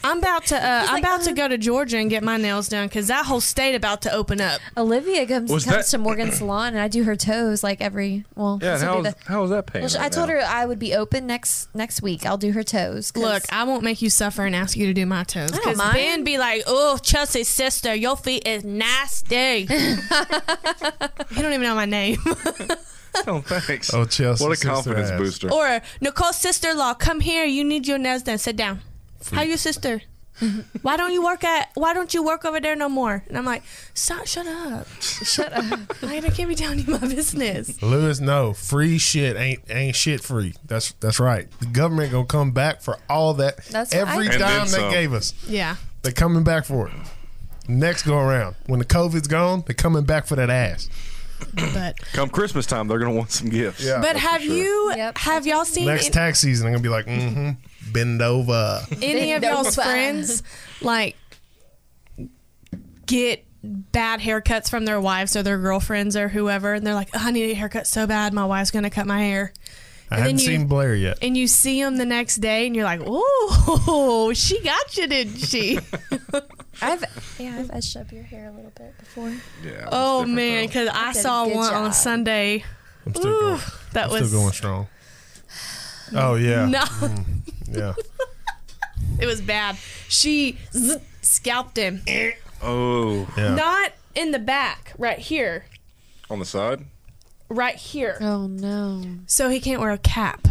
B: I'm about to. Uh, I'm
D: like,
B: about to
D: uh,
B: go to Georgia and get my nails done because that whole state about to open up.
D: Olivia comes
C: Was
D: comes
C: that-
D: to Morgan Salon, and I do her toes like every well.
C: yeah and
D: this will
C: how
D: be
C: is,
D: the-
C: how is that paying
D: well, she-
C: right
D: I told
C: now?
D: her I would be open next next week. I'll do her toes. 'cause-
B: Look, I won't make you suffer and ask you to do my toes.
D: don't
B: Because
D: mind.
B: Ben be like, oh, Chelsea's sister, your feet is nasty. you don't even know my name.
C: oh thanks
A: Oh, Chelsea.
C: what a
A: sister
C: confidence
A: ass.
C: booster
B: or Nicole's sister-in-law, come here. You need your nails done. Sit down. How your sister? why don't you work at? Why don't you work over there no more? And I'm like, stop, shut up,
D: shut up.
B: like, I can't be telling you my business.
A: Lewis, no. Free shit ain't ain't shit free. That's that's right. The government gonna come back for all that.
D: That's what
A: every
C: And
D: I-
C: then
A: dime they
C: some.
A: gave us.
B: Yeah,
A: They coming back for it. Next go around. When the COVID's gone, they coming back for that ass.
B: but
C: come christmas time they're gonna want some gifts
A: Yeah.
B: but have
C: sure.
B: you
D: Yep.
B: have y'all seen
A: Next
B: any-
A: tax season, they're gonna be like, mm-hmm. Bend over.
B: any of
D: Bend
B: y'all's
D: over.
B: friends like get bad haircuts from their wives or their girlfriends or whoever and they're like oh, i need a haircut so bad my wife's gonna cut my hair
A: I
B: And then
A: haven't
B: you-
A: seen Blair yet.
B: and you see them the next day and you're like oh she got you didn't she
D: I've yeah, I've edged up your hair a little bit before.
C: Yeah, that's
B: oh
C: different,
B: man
C: though.
B: because i
D: did a
B: saw
D: good
B: one on
D: job.
B: sunday
A: I'm still going.
B: that
A: I'm
B: was
A: still going strong. Oh yeah.
B: no
A: Yeah.
B: it was bad she z- scalped him
C: oh
A: Yeah.
B: not in the back right here
C: on the side
B: right here
D: Oh no.
B: So he can't wear a cap.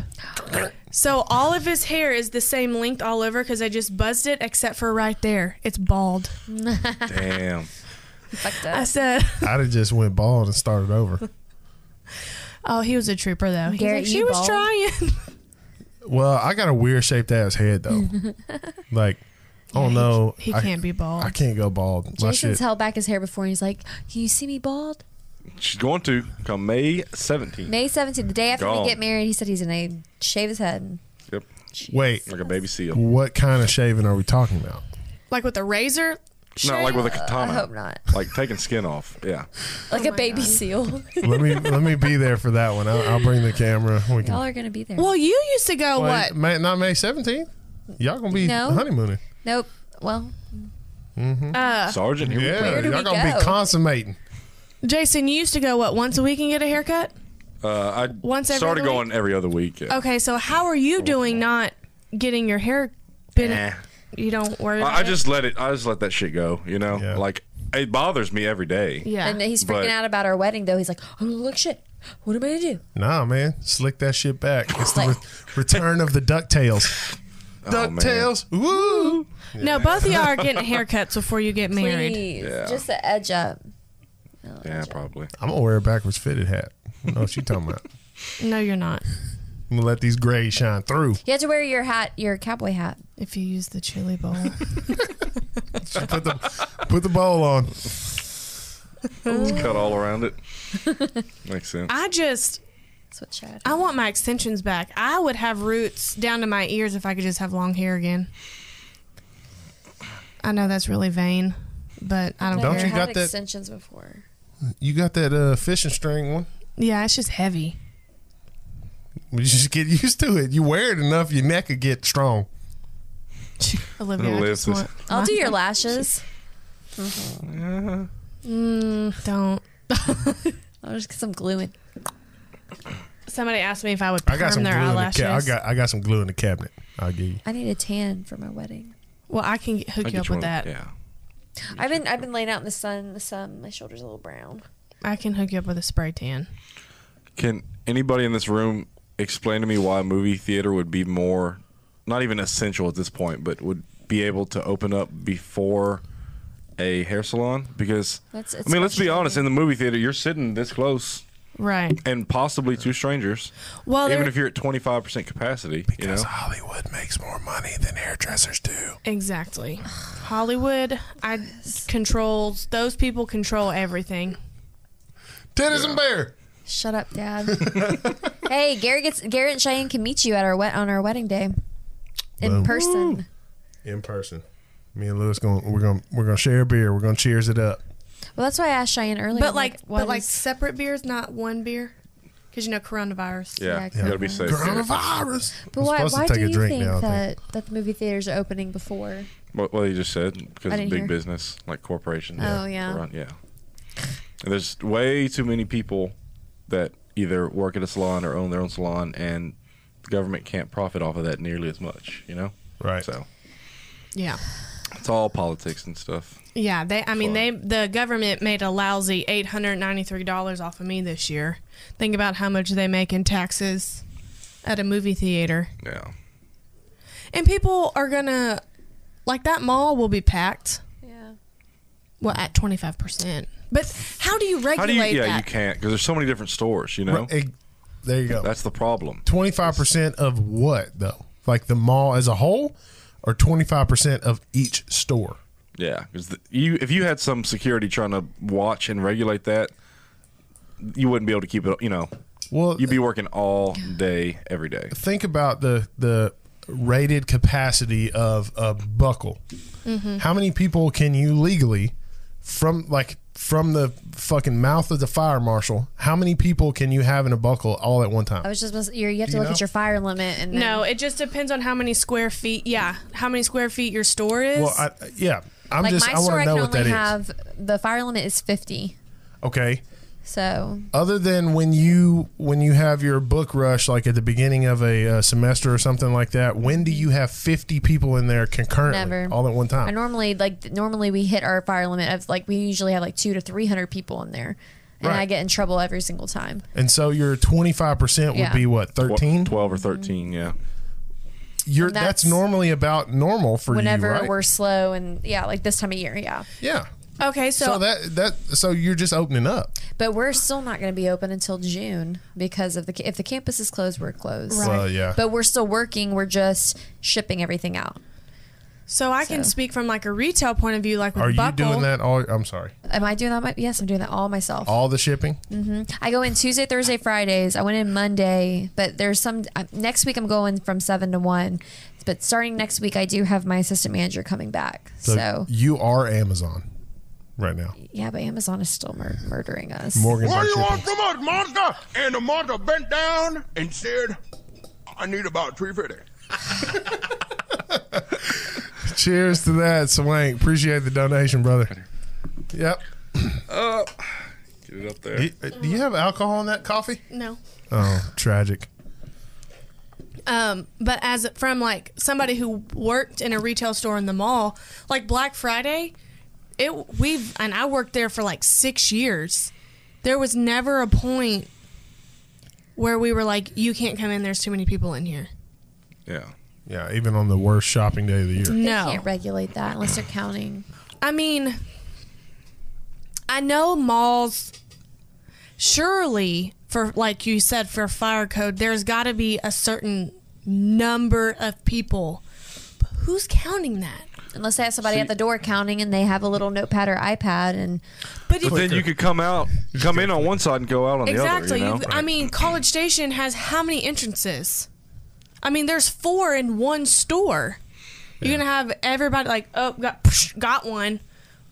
B: So all of his hair is the same length all over because I just buzzed it except for right there. It's bald.
C: damn
D: Fucked
B: I
D: up.
B: said,
A: I'd have just went bald and started over.
B: "Oh, he was a trooper though." He's
D: Garrett,
B: like, "She
D: you
B: was
D: bald?"
B: trying."
A: Well, I got a weird shaped ass head though. like Oh
B: Yeah, he-
A: no,
B: he
A: I-
B: can't be bald.
A: I can't go bald. My
D: Jason's
A: shit.
D: held back his hair before. and He's like, "Can you see me bald?"
C: She's going to come May 17th.
D: May seventeenth, the day after
C: Gone.
D: we get married, he said he's gonna shave his head.
C: Yep.
A: Wait,
C: Like a baby seal.
A: what kind of shaving are we talking about?
B: Like with a razor?
C: Not like with a
D: Shave? Uh,
C: katana.
D: I hope not.
C: Like taking skin off. Yeah.
D: Like a
B: my
D: baby
B: God.
D: seal.
A: Let me let me be there for that one. I'll, I'll bring the camera. We can.
D: Y'all are gonna be there.
B: Well, you used to go
A: Wait,
B: what?
A: May, not May seventeenth. Y'all gonna be
D: No.
A: honeymooning.
D: nope. Well,
B: Uh,
C: Sergeant, here
A: Yeah,
D: Where do
A: y'all
D: we
A: gonna be
D: go?
A: consummating.
B: Jason, you used to go what? Once a week and get a haircut?
C: we go. Uh, I
B: Once every
C: started
B: other
C: going every other week. Yeah.
B: Okay, so how are you doing not getting your hair been
C: Eh.
B: you don't worry about
C: I, I
B: it?
C: just let it. I just let that shit go. You know,
A: Yeah.
C: like it bothers me every day.
B: Yeah.
D: and he's freaking
C: But-
D: out about our wedding though. He's like, "I'm gonna look shit. What am I gonna do?"
A: Nah, man, slick that shit back. It's the re- return of the Ducktales.
C: man.
A: Ducktales, woo!
B: No, both of y'all are getting haircuts before you get married.
D: Please,
C: Yeah.
D: just the edge up.
C: Yeah, probably.
A: I'm gonna wear a backwards fitted hat. I don't know what you talking about?
B: No, you're not.
A: I'm gonna let these grays shine through.
D: You have to wear your hat, your cowboy hat.
B: If you use the chili bowl.
A: Put the put the bowl on.
C: It's cut all around it. Makes sense.
B: I just
D: That's what Chad.
B: I want my extensions back. I would have roots down to my ears if I could just have long hair again. I know that's really vain, but I don't
A: Don't
B: care.
A: you
D: had
A: got that-
D: extensions before?
A: You got that uh, fishing string one.
B: yeah, it's just heavy.
A: You just get used to it. You wear it enough, your neck could get strong.
B: Olivia, I
C: Liz
B: just
C: was-
B: want
D: I'll do your lashes.
B: Mm, don't.
D: I'll just get some glue in.
B: Somebody asked me if I would
A: I
B: perm
A: got some glue
B: their
A: in the
B: eyelashes.
A: ca- I got I got some glue in the cabinet. I'll give you.
D: I need a tan for my wedding.
B: well, I can get- hook
C: I
B: you up
C: one
B: with that.
C: Yeah.
D: I've been I've been laying out in the sun. The sun, my shoulders a little brown.
B: I can hook you up with a spray tan.
C: Can anybody in this room explain to me why movie theater would be more, not even essential at this point, but would be able to open up before a hair salon? Because
D: That's-
C: I
D: it's
C: mean, let's be
D: much
C: honest. In the movie theater, you're sitting this close
B: Right.
C: and possibly two strangers,
B: Well,
C: even
B: there-
C: if you're at 25 percent capacity. You know,
A: Hollywood makes more money than hairdressers do.
B: exactly. Hollywood, I controls those people control everything.
A: Tennis and bear.
D: Shut up, Dad. hey, Gary gets Garrett and Cheyenne can meet you at our wet on our wedding day in
A: Boom.
D: person.
A: In person. Me and Lewis going we're gonna we're gonna share a beer. We're gonna cheers it up.
D: Well, that's why I asked Cheyenne earlier.
B: But
D: I'm
B: like,
D: what
B: but like
D: is-
B: separate beers, not one beer, because you know coronavirus.
C: yeah,
D: Yeah,
C: you gotta be safe. there.
A: Coronavirus.
D: but
A: I'm
D: why,
A: supposed to
D: why
A: take
D: do
A: a
D: you
A: drink
D: think
A: now, I
D: that that the movie theaters are opening before?
C: What, what you just said because
D: I
C: it's
D: didn't
C: big
D: hear.
C: business, like corporations.
D: Oh, yeah.
C: Run- yeah. And there's way too many people that either work at a salon or own their own salon, and the government can't profit off of that nearly as much. You know,
A: Right.
C: So
B: Yeah.
C: it's all politics and stuff.
B: Yeah, they. I mean,
C: Fun.
B: they. The government made a lousy eight hundred ninety-three dollars off of me this year. Think about how much they make in taxes at a movie theater,
C: Yeah.
B: and people are gonna like that mall will be packed.
D: Yeah.
B: Well, at twenty-five percent. But how do you regulate
C: How do you? Yeah, you
B: that?
C: can't because there's so many different stores. You know,
A: Right, eh, there you go.
C: that's the problem.
A: Twenty five percent of what though? Like the mall as a whole, or twenty five percent of each store?
C: Yeah, because you if you had some security trying to watch and regulate that, you wouldn't be able to keep it. You know,
A: Well,
C: you'd be working all day every day.
A: think about the the rated capacity of a buckle.
D: Mm-hmm.
A: How many people can you legally from like from the fucking mouth of the fire marshal? How many people can you have in a buckle all at one time?
D: I was just about to- you're, you have to
A: You
D: look
A: know?
D: at your fire limit and
B: No, it just depends on how many square feet. Yeah, how many square feet your store is.
A: well, I, yeah, I'm
D: like
A: just
D: my
A: I
D: store
A: want
D: I
A: to
D: can
A: know what
D: only
A: that is.
D: have the fire limit is 50.
A: Okay,
D: So
A: other than when you when you have your book rush like at the beginning of a uh, semester or something like that, when do you have 50 people in there concurrently
D: Never.
A: all at one time?
D: I normally like normally we hit our fire limit of like we usually have like two to three hundred people in there, and
A: Right.
D: I get in trouble every single time.
A: And so your 25% would
D: Yeah.
A: be what,
C: Tw-
A: 13?
C: 12 or 13 yeah
A: You're
D: And
A: that's,
D: that's-
A: normally about normal for
D: Whenever
A: you, right?
D: we're slow and yeah, like this time of year, yeah.
A: yeah.
B: okay, so,
A: So, that that so you're just opening up.
D: But we're still not going to be open until June because of the ca- if the campus is closed, we're closed.
B: Right. Well,
A: yeah.
D: But we're still working. We're just shipping everything out.
B: So I can
D: So-
B: speak from like a retail point of view, like with
A: Are you
B: Buckle.
A: doing that all? I'm sorry.
D: Am I doing that? My, yes, I'm doing that all myself.
A: All the shipping?
D: I go in Tuesday, Thursday, Fridays. I went in Monday, but there's some uh, next week. I'm going from seven to one, but starting next week, I do have my assistant manager coming back. So,
A: you are Amazon right now.
D: yeah, but Amazon is still mur- murdering us.
A: Morgan
E: What
A: by
E: do you want
A: shipping.
E: from us, monster? And the monster bent down and said, I need about 350.
A: Cheers to that, Swank. Appreciate the donation, brother. Yep.
C: Uh, Get it up
A: Do
C: there.
A: do you have alcohol in that coffee?
B: No.
A: Oh, tragic.
B: Um, but as from like somebody who worked in a retail store in the mall, like Black Friday, it we've and I worked there for like six years. There was never a point where we were like, "You can't come in. There's too many people in here."
C: Yeah.
A: Yeah, even on the worst shopping day of the year.
D: They
B: No,
D: can't regulate that unless they're counting.
B: I mean, I know malls. Surely, for like you said, for fire code, there's got to be a certain number of people. But who's counting that?
D: Unless they have somebody at the door counting and they have a little notepad or iPad and
B: But
C: But
B: if,
C: then you could come out, come in on one side and go out on
B: exactly,
C: the other. You know?
B: you've- I mean, College Station has how many entrances? I mean, there's four in one store. You're gonna have everybody like, oh, got psh, got one.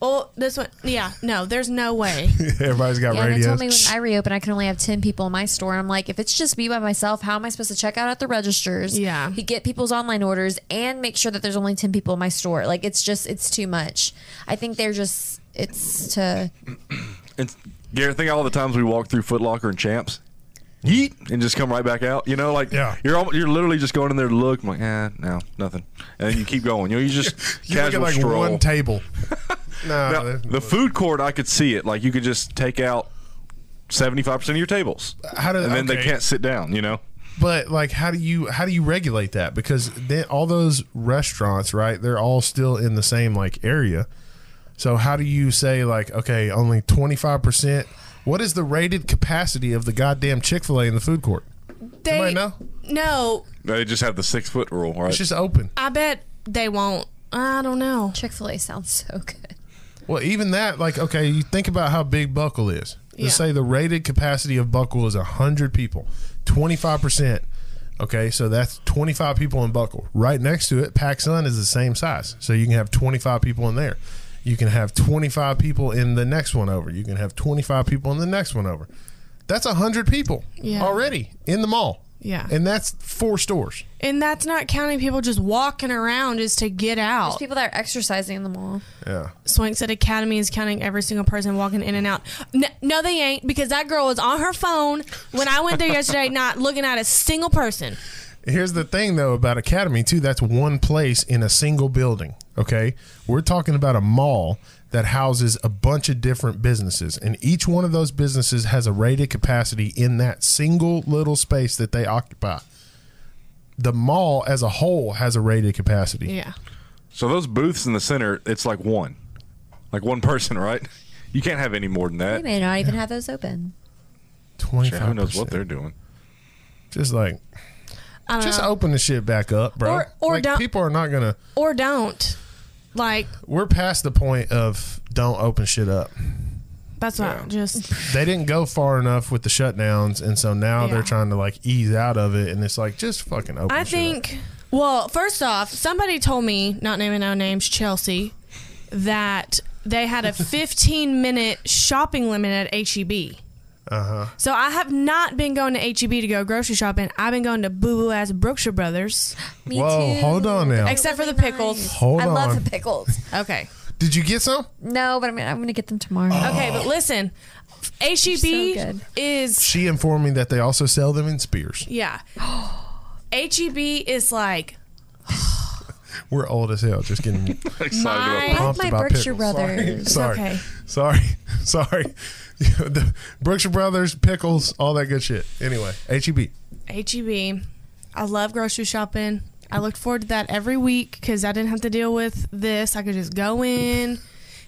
B: Oh, this one, yeah. No, there's no way.
A: Everybody's got
D: yeah, and they told me when
A: radios.
D: I reopen, I can only have ten people in my store. I'm like, if it's just me by myself, how am I supposed to check out at the registers?
B: Yeah.
D: you get people's online orders and make sure that there's only ten people in my store. Like, it's just, it's too much. I think they're just, it's to
C: And Garrett, think of all the times we walked through Foot Locker and Champs. Yeet, and just come right back out. You know, like
A: Yeah.
C: you're almo- you're literally just going in there to look. I'm like, eh, no, nothing, and you keep going. You know, you just
A: You look at
C: casual
A: like
C: stroll.
A: one table.
C: Now,
A: no,
C: the food court, I could see it. Like you could just take out seventy five percent of your tables,
A: How do-
C: and then they
A: okay.
C: can't sit down. You know,
A: But like, how do you how do you regulate that? Because then all those restaurants, right? They're all still in the same like area. So how do you say like, okay, only twenty five percent? What is the rated capacity of the goddamn Chick fil A in the food court?
B: They
A: Anybody know?
B: no,
C: they just have the six foot rule, right?
A: It's just open.
B: I bet they won't. I don't know.
D: Chick Fil A sounds so good.
A: Well, even that, like, okay, you think about how big Buckle is. Let's
B: Yeah.
A: say the rated capacity of Buckle is 100 people, 25%. Okay, so that's 25 people in Buckle. Right next to it, Pac Sun is the same size. So you can have 25 people in there. You can have 25 people in the next one over. You can have 25 people in the next one over. That's 100 people
B: Yeah.
A: already in the mall.
B: Yeah.
A: And that's four stores.
B: And that's not counting people just walking around just to get
D: There's
B: out.
D: people that are exercising in the mall.
A: Yeah.
B: Swank said Academy is counting every single person walking in and out. No, no, they ain't because that girl was on her phone when I went there yesterday, not looking at a single person.
A: Here's the thing though about Academy too. That's one place in a single building. Okay, we're talking about a mall that houses a bunch of different businesses, and each one of those businesses has a rated capacity in that single little space that they occupy. The mall as a whole has a rated capacity.
B: Yeah.
C: so those booths in the center, it's like one, like one person, right? You can't have any more than
D: They
C: that.
D: may not even have those open.
A: Twenty
C: Who
A: five
C: knows what
A: percent.
C: they're doing?
A: Just like, just open the shit back up, bro.
B: Or- or
A: Like,
B: don't-
A: people are not gonna.
B: Or don't. Like,
A: We're past the point of don't open shit up.
B: that's not just.
A: they didn't go far enough with the shutdowns, and so now
B: Yeah.
A: they're trying to like ease out of it, and it's like just fucking open.
B: I
A: shit up.
B: think, well, first off, somebody told me, not naming no names, Chelsea, that they had a 15 minute shopping limit at HEB. So I have not been going to HEB to go grocery shopping. I've been going to Boo Boo ass Brookshire Brothers.
D: Me
A: Whoa,
D: too.
A: hold on now.
B: Except for the pickles.
A: Hold
D: I
A: on.
D: love the pickles.
B: Okay.
A: Did you get some?
D: No, but I mean, I'm gonna get them tomorrow.
A: Oh,
B: Okay, but listen, HEB
D: good.
B: is
A: She informed me that they also sell them in Spears.
B: yeah. HEB is like
A: We're old as hell. Just getting
C: Excited
B: My-
C: about
D: I
A: pumped
D: like my
A: about pickles. Sorry.
D: Berkshire Brothers.
A: Sorry,
B: okay.
A: sorry, sorry. the Brookshire Brothers pickles, all that good shit. Anyway, E HEB.
B: HEB. E I love grocery shopping. I looked forward to that every week because I didn't have to deal with this. I could just go in.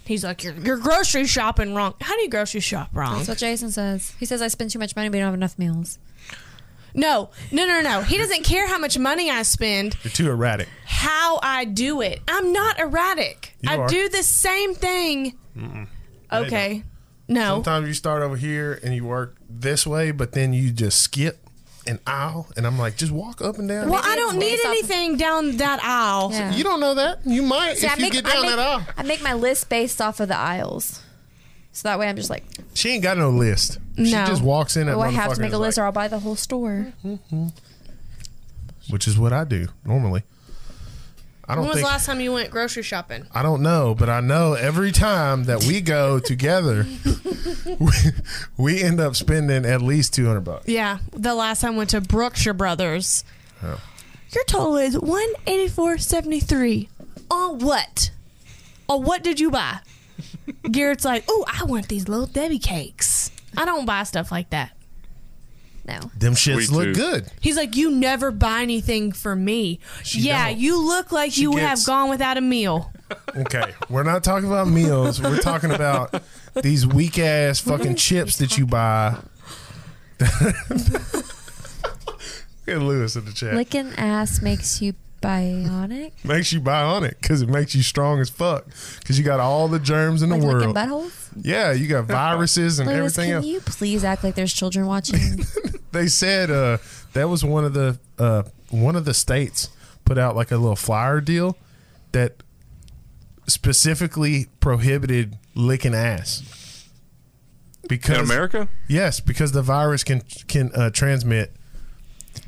B: He's like, you're, you're grocery shopping wrong. How do you grocery shop wrong?
D: That's what Jason says. He says I spend too much money. We don't have enough meals.
B: No, no, no, no. He doesn't care how much money I spend,
A: You're too erratic.
B: how I do it. I'm not erratic.
A: You
B: I
A: are.
B: do the same thing.
A: you
B: Okay. No.
A: Sometimes you start over here and you work this way, but then you just skip an aisle, and I'm like, just walk up and down.
B: Well, I
D: Maybe
B: don't
D: it's
B: need
D: based off of-
B: anything down that aisle.
D: Yeah.
A: You don't know that. You might
D: See,
A: if
D: I
A: you
D: make,
A: get
D: I
A: down
D: make-
A: that aisle.
D: I make my list based off of the aisles. So that way I'm just like,
A: She ain't got no list. She
B: No.
A: just walks in. At
D: oh, I have
A: motherfuckers
D: to make a
A: like-
D: list or I'll buy the whole store.
A: which is what I do normally. I don't
B: When was
A: think
B: the last time you went grocery shopping?
A: I don't know, but I know every time that we go together, we, we end up spending at least two hundred bucks.
B: Yeah, the last time went to Brookshire Brothers.
A: Oh.
B: Your total is one eighty four seventy three. On what? On what did you buy? Garrett's like, oh, I want these little Debbie cakes. I don't buy stuff like that.
D: No.
A: Them shits
C: We
A: look
C: too.
A: good.
B: He's like, you never buy anything for me. yeah,
A: don't.
B: you look like you
A: gets-
B: have gone without a meal.
A: Okay, we're not talking about meals. We're talking about these weak ass fucking chips that you buy. Look at Lewis in the chat.
D: Licking ass makes you bionic.
A: makes you buy on it because it makes you strong as fuck because you got all the germs in the
D: Like licking
A: world.
D: buttholes.
A: Yeah, you got viruses and
D: Lewis,
A: everything
D: can
A: else.
D: you please act like there's children watching?
A: they said uh, that was one of the uh, one of the states put out like a little flyer deal that specifically prohibited licking ass
C: In
A: because
C: America?
A: yes because the virus can can uh, transmit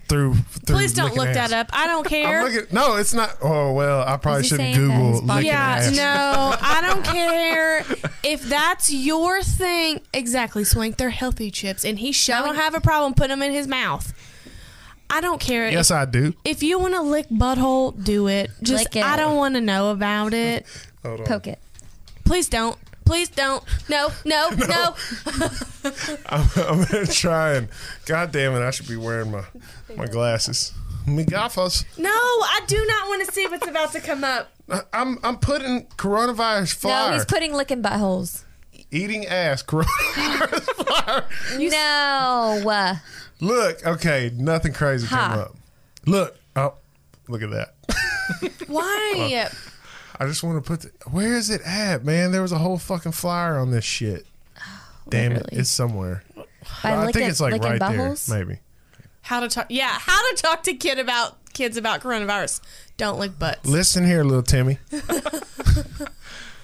A: through, through
B: Please don't
A: licking
B: look
A: ass.
B: that up. I don't
A: I'm
B: care.
A: looking, no, it's not. Oh well, I probably
D: he
A: shouldn't
D: saying that
A: Google
D: his body-
A: licking
B: yeah,
A: ass.
B: no, I don't care if that's your thing. Exactly, Swank. They're healthy chips, and he sure don't have a problem putting them in his mouth. I don't care.
A: Yes, I do.
B: if, if you want to lick butthole, do it. Just
D: Lick it.
B: I don't want to know about it.
A: Hold on.
D: Poke it.
B: Please don't. Please don't. No, no, no.
A: I'm, I'm gonna try and. God damn it! I should be wearing my my glasses. Me gaffas.
B: No, I do not want to see what's about to come up.
A: I'm I'm putting coronavirus flyer.
D: No, he's putting licking buttholes.
A: Eating ass coronavirus flyer.
D: no. Uh,
A: Look, okay, nothing crazy
D: Ha.
A: came up. Look, oh, look at that.
B: Why?
A: I just want to put. The, where is it at, man? There was a whole fucking flyer on this shit. Damn it,
D: Oh, literally.
A: it's somewhere.
D: by
A: I
D: licking-
A: think it's like
D: licking
A: right
D: buttholes?
A: there, maybe.
B: How to talk? Yeah, how to talk to kid about kids about coronavirus? Don't lick butts.
A: Listen here, little Timmy. you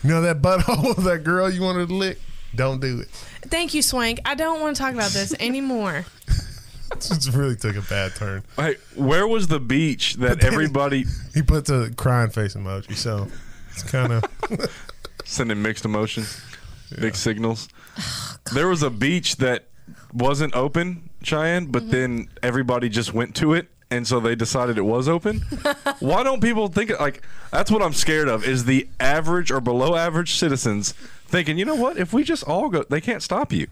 A: know that butthole of that girl you wanted to lick? Don't do it.
B: Thank you, Swank. I don't want to talk about this anymore.
A: It really took a bad turn.
C: Hey, where was the beach that everybody
A: He puts a crying face emoji, so it's kind of.
C: sending mixed emotions, mixed signals?
B: Oh,
C: there was a beach that wasn't open, Cheyenne, but
B: Mm-hmm.
C: then everybody just went to it. And so they decided it was open. Why don't people think like that's what I'm scared of is the average or below average citizens thinking, you know what, if we just all go they can't stop you.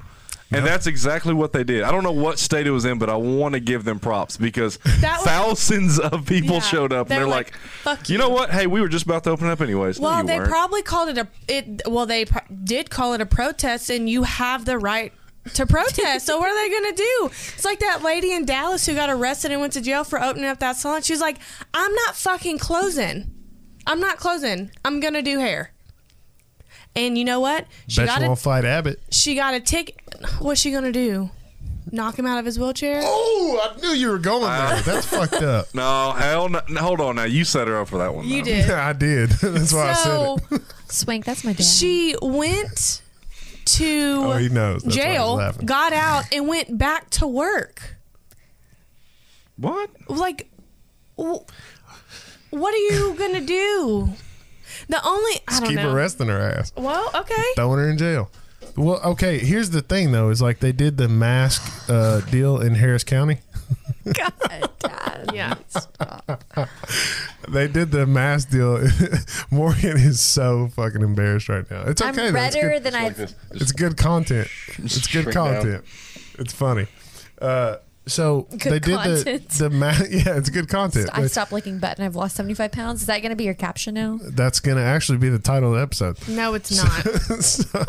C: And that's exactly what they did. I don't know what state it was in, but I want to give them props because
B: That was-
C: thousands of people
B: Yeah.
C: showed up
B: They're
C: and they're
B: like,
C: like,
B: "Fuck
C: you
B: you."
C: know what? Hey, we were just about to open up anyways. No,
B: Well,
C: you
B: they
C: weren't.
B: probably called it a it. Well, they pro- did call it a protest, and you have the right to protest. so what are they going to do? It's like that lady in Dallas who got arrested and went to jail for opening up that salon. She was like, "I'm not fucking closing. I'm not closing. I'm going to do hair." And you know what? She
A: Bet
B: got
A: you
B: a
A: won't fight Abbott.
B: she got a ticket. What's she going to do? Knock him out of his wheelchair?
A: Oh, I knew you were going there. That's fucked up.
C: No, hell no. no, Hold on now. You set her up for that one.
B: You
C: though.
B: did.
A: I did. That's why I
B: So
A: said it.
D: Swank, that's my dad.
B: she went to
A: Oh, he knows. That's why he's
B: jail,
A: laughing.
B: got out, and went back to work.
C: What?
B: Like, wh- what are you gonna do? The only I don't
A: Keep
B: know.
A: arresting her ass,
B: Well, okay.
A: throwing her in jail. Well, okay. Here's the thing, though, is like they did the mask uh, deal in Harris County.
D: God, dad.
B: Yeah.
A: They did the mask deal. Morgan is so fucking embarrassed right now. It's
D: I'm
A: okay. though. It's good-
D: redder than I.
A: It's good content. It's good
C: shrink down.
A: content. It's funny. Uh, so
D: Good
A: they did
D: content.
A: the the ma- yeah, it's good content.
D: I stopped licking butt and I've lost 75 pounds. Is that going to be your caption now? Mm-hmm.
A: That's gonna actually be the title of the episode.
B: No, it's not.
A: So,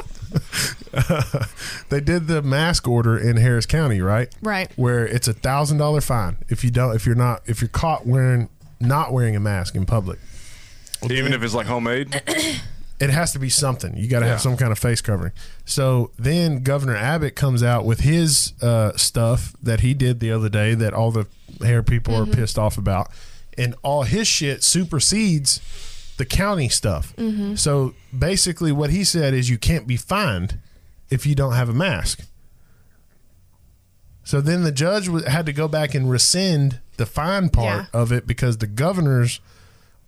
A: they did the mask order in Harris County, right?
B: Right.
A: Where it's a thousand dollar fine if you don't if you're not if you're caught wearing not wearing a mask in public.
C: Even if it's like homemade,
A: It has to be something. You got to
C: Yeah.
A: have some kind of face covering. So then Governor Abbott comes out with his uh, stuff that he did the other day that all the hair people are pissed off about, and all his shit supersedes the county stuff. So basically, what he said is you can't be fined if you don't have a mask. So then the judge w- had to go back and rescind the fine part
B: Yeah.
A: of it because the governor's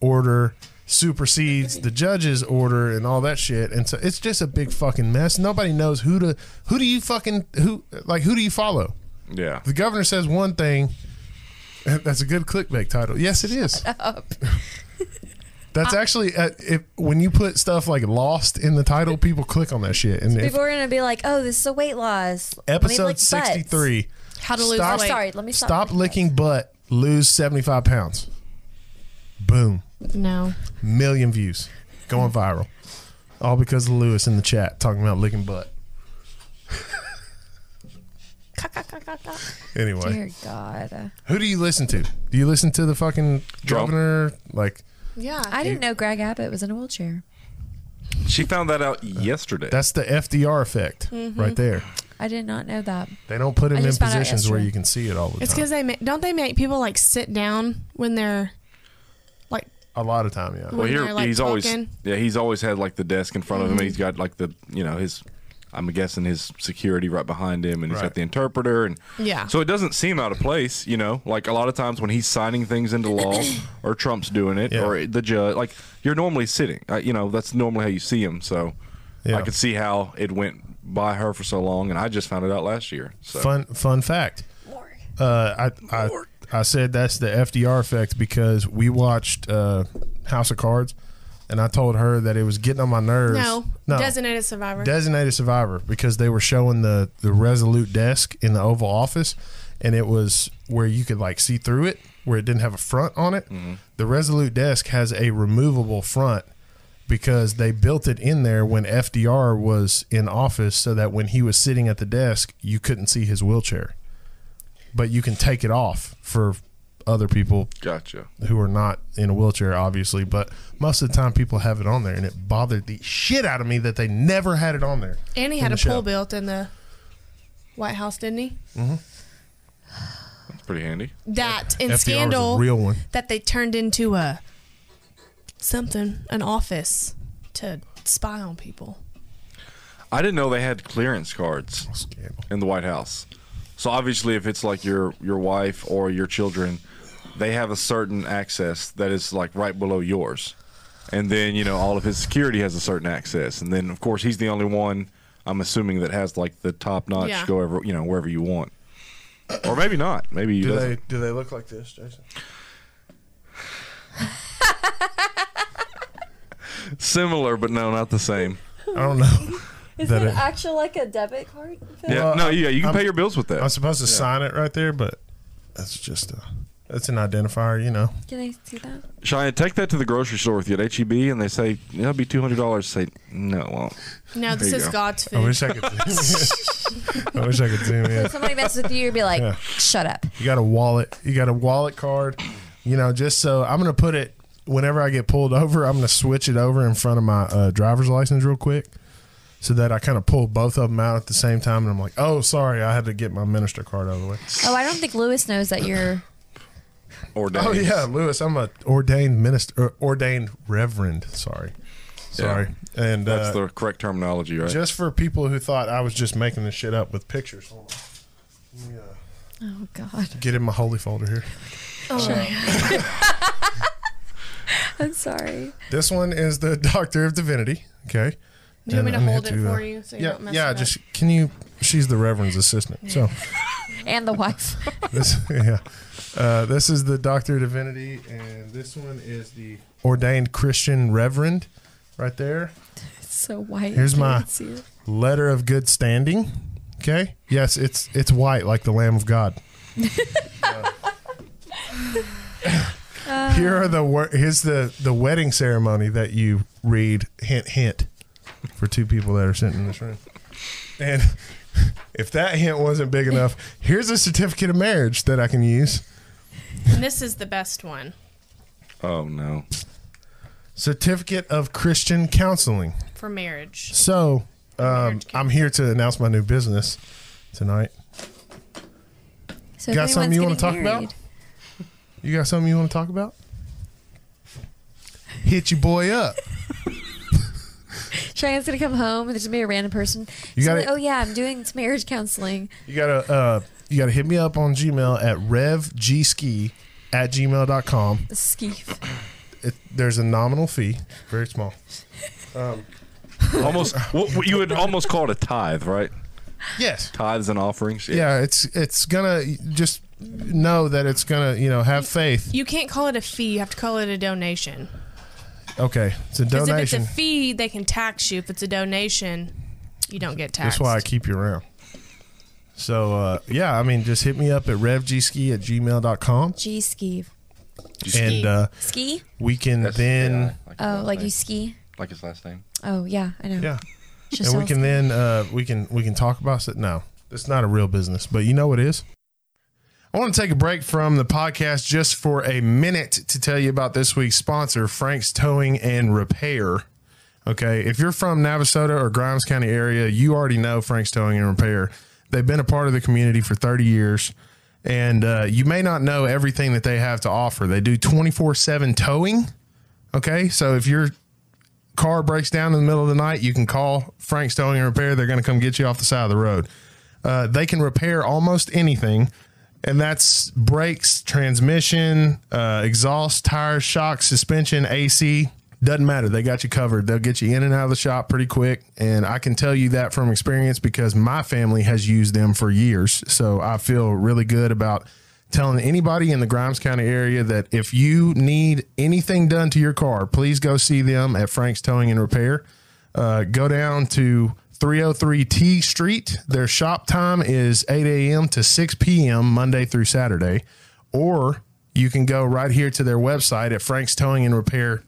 A: order supersedes the judge's order and all that shit. And so it's just a big fucking mess. Nobody knows who to who do you fucking who like who do you follow?
C: yeah.
A: The governor says one thing. That's a good clickbait title. Yes, it is. That's actually uh, if when you put stuff like "lost" in the title, people click on that shit. And if,
D: People are gonna be like, "Oh, this is a weight loss." Let me lick
A: episode
D: butts.
A: sixty-three.
B: How to lose
A: Stop-
B: weight.
D: I'm sorry. Let me stop.
A: Stop licking butt, lose 75 pounds. Boom.
B: No.
A: Million views. Going viral. All because of Lewis in the chat talking about licking butt. Anyway,
D: Dear God,
A: who do you listen to? Do you listen to the fucking
C: Trump.
A: governor? Like,
B: Yeah.
D: I didn't know Greg Abbott was in a wheelchair.
C: She found that out yesterday.
A: that's the FDR effect right there.
D: I did not know that.
A: They don't put him
D: Mm-hmm. I
A: in
D: just found out
A: positions where
D: yesterday.
A: you can see it all the
B: It's
A: time.
B: because they ma- don't they make people like sit down when they're like
A: A lot of time, yeah.
C: well,
B: when
C: here
B: they're, like,
C: he's always
B: talking. Mm-hmm.
C: yeah he's always had like the desk in front of him. He's got like the you know his I'm guessing his security right behind him, and he's
A: Right.
C: got the interpreter and
B: Yeah.
C: So it doesn't seem out of place, you know. Like a lot of times when he's signing things into law, or Trump's doing it,
A: Yeah.
C: or the judge, like you're normally sitting. Uh, you know, that's normally how you see him. So
A: Yeah.
C: I could see how it went by her for so long, and I just found it out last year. So
A: Fun fun fact. Uh, I, I I said that's the FDR effect because we watched uh, House of Cards, and I told her that it was getting on my nerves.
B: no, designated survivor.
A: Designated survivor because they were showing the the resolute desk in the Oval Office, and it was where you could like see through it, where it didn't have a front on it. The resolute desk has a removable front because they built it in there when FDR was in office, so that when he was sitting at the desk, you couldn't see his wheelchair, but you can take it off for other people
C: gotcha.
A: who are not in a wheelchair, obviously, but most of the time people have it on there, and it bothered the shit out of me that they never had it on there.
B: and he
A: in
B: had
A: the
B: a
A: show.
B: pool built in the White House, didn't he?
C: That's pretty handy.
B: That in
A: FDR was a
B: scandal
A: real one.
B: that they turned into a something, an office to spy on people.
C: I didn't know they had clearance cards
A: Scandal.
C: in the White House. So obviously, if it's like your your wife or your children, they have a certain access that is like right below yours, and then you know all of his security has a certain access, and then of course he's the only one. I'm assuming that has like the top notch
B: Yeah.
C: go ever you know wherever you want, or maybe not. Maybe you
A: Do
C: doesn't.
A: they do they look like this, Jason?
C: similar, but no, not the same.
A: I don't know.
D: Is
A: That it it-
D: actual like a debit card?
C: Yeah,
A: Well,
C: no, yeah, you can
A: I'm-
C: pay your bills with
A: I'm
C: that.
A: supposed to sign it right there, but that's just a that's an identifier, you know.
D: Can I see that?
C: Cheyenne, take that to the grocery store with you at HEB, and they say it'll be two hundred dollars. Say no, it won't.
B: No, this
C: you
B: is
C: go.
B: God's food.
A: I wish I could. I wish I could zoom in.
D: If somebody messes with you, you'd be like,
A: Yeah.
D: "Shut up."
A: You got a wallet. You got a wallet card. You know, just so I'm gonna put it whenever I get pulled over. I'm gonna switch it over in front of my uh, driver's license real quick, so that I kind of pull both of them out at the same time. And I'm like, oh, sorry, I had to get my minister card out of the way.
D: Oh, I don't think Lewis knows that you're.
C: Ordained.
A: Oh yeah, Lewis, I'm a ordained minister, or ordained reverend. Sorry, sorry. And uh,
C: That's the correct terminology, right?
A: just for people who thought I was just making this shit up with pictures. Hold on. Let me, uh,
D: Oh God,
A: Get in my holy folder here.
D: I'm sorry.
A: This one is the Doctor of Divinity. Okay.
B: Do you want
A: And I'm
B: me to
A: gonna
B: hold it
A: have to, uh,
B: for you so you
A: yeah,
B: don't mess
A: yeah.
B: it up?
A: Just can you? She's the Reverend's assistant. So
D: And the wife.
A: this, yeah, uh, this is the Doctor of Divinity, and this one is the ordained Christian Reverend, right there.
D: It's so white.
A: Here's
D: I
A: my-
D: can't see it.
A: Letter of good standing. Okay. Yes, it's it's white like the Lamb of God. Uh, Here are the wor- here's the the wedding ceremony that you read. Hint, hint, for two people that are sitting in this room. And if that hint wasn't big enough, here's a certificate of marriage that I can use.
B: And this is the best one
C: Oh no.
A: Certificate of Christian counseling.
B: for marriage.
A: So um,
B: Marriage
A: I'm here to announce my new business tonight.
D: So
A: Got
D: if
A: something you wanna
D: anyone's
A: talk
D: getting
A: about?
D: married-
A: You got something you want to talk about? Hit your boy up.
D: Cheyenne's gonna come home and there's gonna be a random person.
A: You
D: She's
A: gotta-
D: like, oh yeah, I'm doing this marriage counseling.
A: You gotta uh, you gotta hit me up on Gmail at revgski at gmail.com.
D: Skeef.
A: It, there's a nominal fee, very small.
C: Almost. what, what you would almost call it a tithe, right?
A: Yes.
C: Tithes and offerings.
A: Yeah, it's it's gonna just know that it's gonna you know have faith.
B: You can't call it a fee. You have to call it a donation.
A: Okay, it's a
B: Because if it's a
A: donation.
B: fee, they can tax you. If it's a donation, you don't get taxed.
A: That's why I keep you around. So uh, yeah, I mean, just hit me up at revgski at gmail.com
D: G skeeve.
A: and uh,
D: Ski?
A: we can
C: That's-
A: then.
C: yeah, like his
D: Oh,
C: last
D: like
C: name.
D: you ski?
C: Like his last name.
D: Oh yeah, I know.
A: Yeah,
D: Just
A: and we
D: all
A: can
D: ski.
A: then uh, we can we can talk about it. No, it's not a real business, but you know what is. I want to take a break from the podcast just for a minute to tell you about this week's sponsor, Frank's Towing and Repair. Okay, if you're from Navasota or Grimes County area, you already know Frank's Towing and Repair. They've been a part of the community for 30 years, and uh, you may not know everything that they have to offer. They do 24 7 towing. Okay, so if your car breaks down in the middle of the night, you can call Frank's Towing and Repair. They're going to come get you off the side of the road. Uh, they can repair almost anything, and that's brakes, transmission, uh, exhaust, tires, shocks, suspension, AC. Doesn't matter. They got you covered. They'll get you in and out of the shop pretty quick. And I can tell you that from experience because my family has used them for years. So I feel really good about telling anybody in the Grimes County area that if you need anything done to your car, please go see them at Frank's Towing and Repair. Uh, go down to 303 T Street. Their shop time is 8 a.m. to 6 p.m. Monday through Saturday. Or you can go right here to their website at Frank's Towing and Repair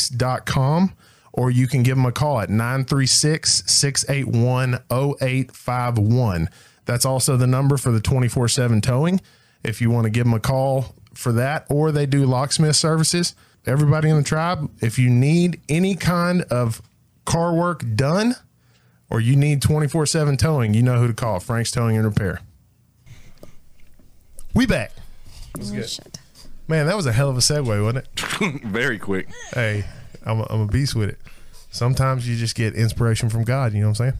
A: TX.com. Or you can give them a call at 936 681 0851. That's also the number for the 24 7 towing if you want to give them a call for that, or they do locksmith services. Everybody in the tribe, if you need any kind of car work done or you need 24 7 towing, you know who to call Frank's Towing and Repair. We back.
D: Oh, shit.
A: Man, that was a hell of a segue, wasn't it?
C: Very quick.
A: Hey, I'm a, I'm a beast with it. Sometimes you just get inspiration from God, you know what I'm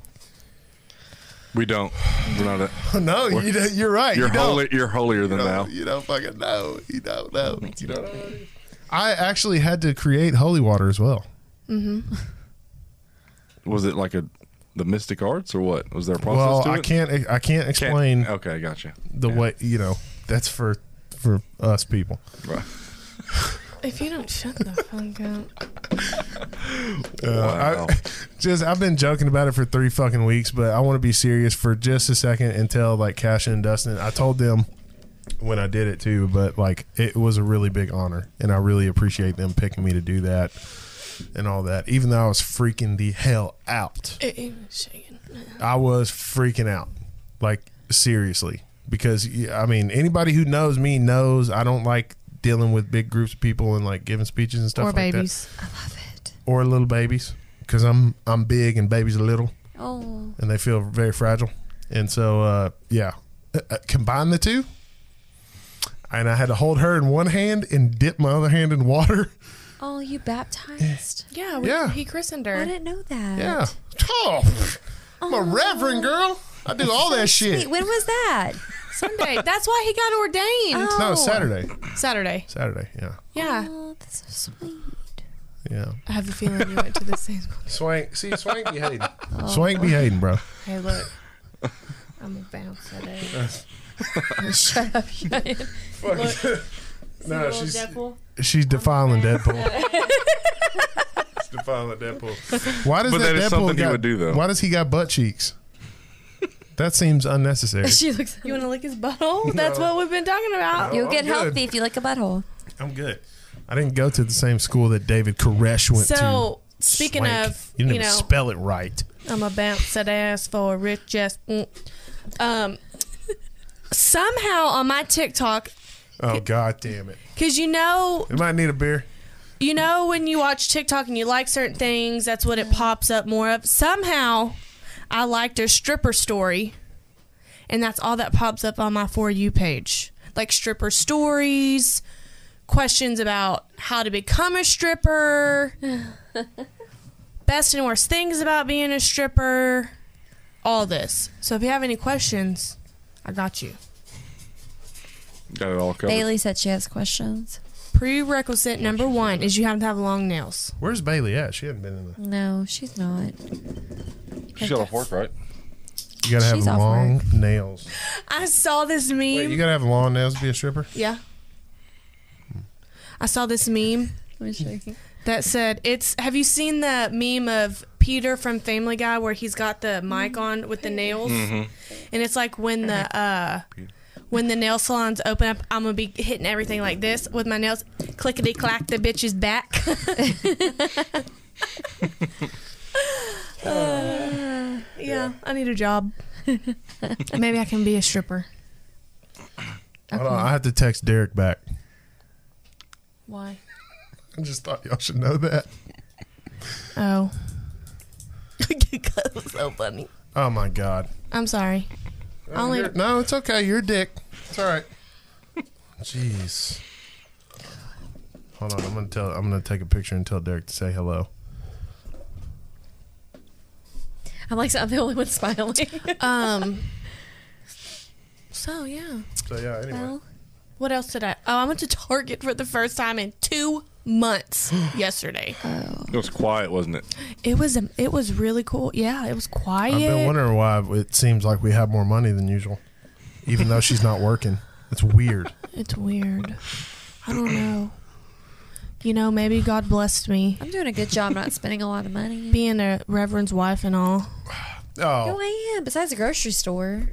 C: We don't. We're not. A,
A: saying? no, you, don't- you're right.
C: you're
A: you don't.
C: holier. You're holier than thou.
A: don't- You don't fucking know. You don't know. You don't know. I actually had to create holy water as well.
C: Was it like a the mystic arts or what? Was there a process
A: Well,
C: to it?
A: I can't. I can't Oh,
C: Can't-
A: explain
C: Okay, gotcha.
A: the way you know. That's for for us people.
C: Right.
B: If you don't shut the fuck up.
A: Uh,
C: Wow.
A: I, just I've been joking about it for three fucking weeks, but I want to be serious for just a second and tell like Cash and Dustin. I told them when I did it too, but like it was a really big honor, and I really appreciate them picking me to do that and all that. Even though I was freaking the hell out.
B: It, it was shaking.
A: I was freaking out, like seriously, because yeah, I mean, anybody who knows me knows I don't like dealing with big groups of people and like giving speeches and stuff
B: Or
A: like
B: babies.
D: I love it.
A: that, or little babies, because I'm I'm big and babies are little
D: Oh.
A: and they feel very fragile, and so uh, yeah, Uh, uh, combine the two, and I had to hold her in one hand and dip my other hand in water.
D: Oh, you baptized?
B: Yeah, we,
A: Yeah.
B: he christened
D: I
B: her.
D: didn't know that.
A: Yeah, oh, I'm a reverend girl. I do all that
D: Wait,
A: shit.
D: when was that?
B: Sunday. That's why he got ordained.
D: Oh.
A: No, Saturday.
B: Saturday.
A: Saturday. Yeah.
B: Yeah.
D: Oh, that's so sweet.
A: Yeah.
B: I have a feeling you went to the same school.
A: Swank, see, Swank be hating. Swank be hating, bro.
B: Hey, look. I'm a bounce today.
D: Shut up, Cheyenne.
A: No, she's she's defiling Deadpool. she's defiling Deadpool. Why does
C: But
A: that,
C: that is
A: Deadpool
C: something he
A: got-
C: would do, though.
A: Why does he got butt cheeks? That seems unnecessary.
D: She looks.
B: You want to lick his butthole? That's
A: No.
B: what we've been talking about.
A: No.
D: You'll get
A: Oh, I'm good.
D: healthy if you lick a butthole.
A: I'm good. I didn't go to the same school that David Koresh went to.
B: So, speaking
A: Swank.
B: of,
A: you didn't
B: you
A: even
B: know,
A: spell it right.
B: I'm a bounce that ass for a rich ass. mm. Um, somehow on my TikTok,
A: Oh god damn it!
B: because you know,
A: It might need a beer.
B: you know when you watch TikTok and you like certain things, that's what it pops up more of. Somehow, I liked a stripper story, and that's all that pops up on my for you page, like stripper stories, questions about how to become a stripper, best and worst things about being a stripper, all this. So if you have any questions, I got you.
C: Got it all covered.
D: Bailey said she has questions.
B: Prerequisite number one is you have to have long nails.
A: Where's Bailey at? She hasn't been in. The,
D: No, she's not.
C: She's got a fork, right?
A: you gotta have
D: She's off
A: long nails.
B: I saw this meme.
A: Wait, you gotta have long nails to be a stripper.
B: Yeah. I saw this meme
D: Let me show you.
B: that said, "It's have you seen the meme of Peter from Family Guy where he's got the mic on with the nails, and it's like when the uh, when the nail salons open up, I'm gonna be hitting everything like this with my nails, clickety clack, the bitch is back." Uh, yeah, I need a job. Maybe I can be a stripper.
A: Hold on, I have to text Derek back.
B: Why?
A: I just thought y'all should know that.
B: Oh. that was so funny.
A: Oh my god.
B: I'm sorry. I only
A: You're- no, it's okay. You're a dick. It's all right. Jeez. Hold on. I'm gonna tell. I'm gonna take a picture and tell Derek to say hello.
D: I'm like, I'm the only one smiling.
B: um. So yeah.
A: So yeah. Anyway.
D: well,
B: What else did I? Oh, I went to Target for the first time in two months yesterday.
C: It was quiet, wasn't it?
B: It was um, it was really cool. Yeah, it was quiet.
A: I've been wondering why it seems like we have more money than usual, even though she's not working. It's weird.
B: It's weird. I don't know. You know, maybe God blessed me
D: I'm doing a good job not spending a lot of money.
B: being a reverend's wife and all.
D: Oh,
A: Oh,
D: I am. Besides the grocery store,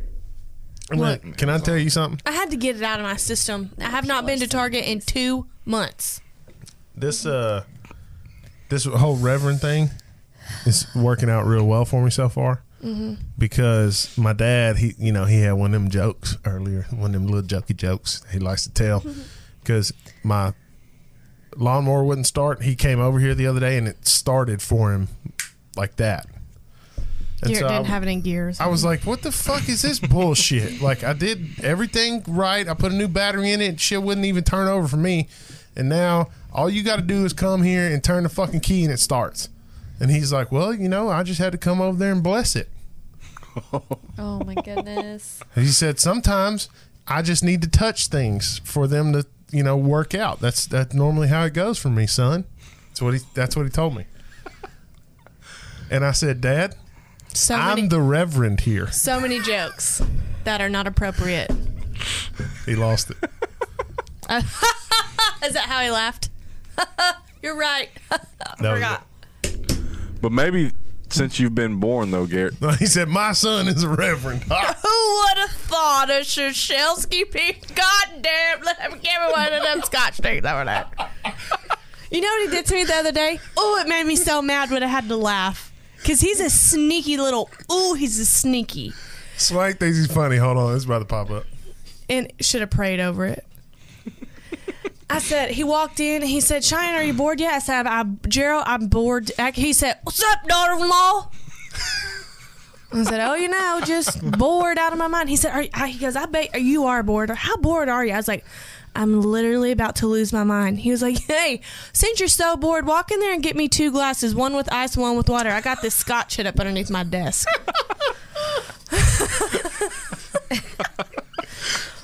A: I'm like, can I tell you something?
B: I had to get it out of my system. I have not been to Target in two months.
A: This uh, this whole Reverend thing is working out real well for me so far.
B: Mm-hmm.
A: Because my dad, he you know he had one of them jokes earlier, one of them little jokey jokes he likes to tell.
B: Mm-hmm.
A: Because my lawnmower wouldn't start, he came over here the other day and it started for him like that. And
B: Garrett
A: so I-
B: didn't have it in gears.
A: I was like, "What the fuck is this bullshit?" Like, I did everything right. I put a new battery in it. Shit wouldn't even turn over for me. And now all you got to do is come here and turn the fucking key, and it starts. And he's like, "Well, you know, I just had to come over there and bless it."
D: oh my goodness,
A: He said, "Sometimes I just need to touch things for them to, you know, work out. That's that's normally how it goes for me, son." That's what he. That's what he told me. And I said, "Dad,
B: so many,
A: I'm the Reverend here."
B: so many jokes that are not appropriate.
A: He lost it.
B: Is that how he laughed? You're right.
A: That was
B: Forgot.
C: But maybe since you've been born, though, Garrett,
A: No, he said, "My son is a reverend." Ah, Ha!
B: Who would have thought a Shashelsky pig? God damn, let him give me one of them scotch things over there. You know what he did to me the other day? Oh, it made me so mad when I had to laugh. Because he's a sneaky little, ooh, he's a sneaky.
A: Swank thinks he's funny. Hold on, it's about to pop up.
B: and should have prayed over it. I said, he walked in. He said, Cheyenne, are you bored yet? I said, I, Gerald, I'm bored. I- He said, What's up, daughter in law? I said, Oh, you know, just bored out of my mind. He said, are, you- I- He goes, I bet you are bored. How bored are you? I was like, I'm literally about to lose my mind. He was like, Hey, since you're so bored, walk in there and get me two glasses, one with ice, one with water. I got this scotch hit up underneath my desk.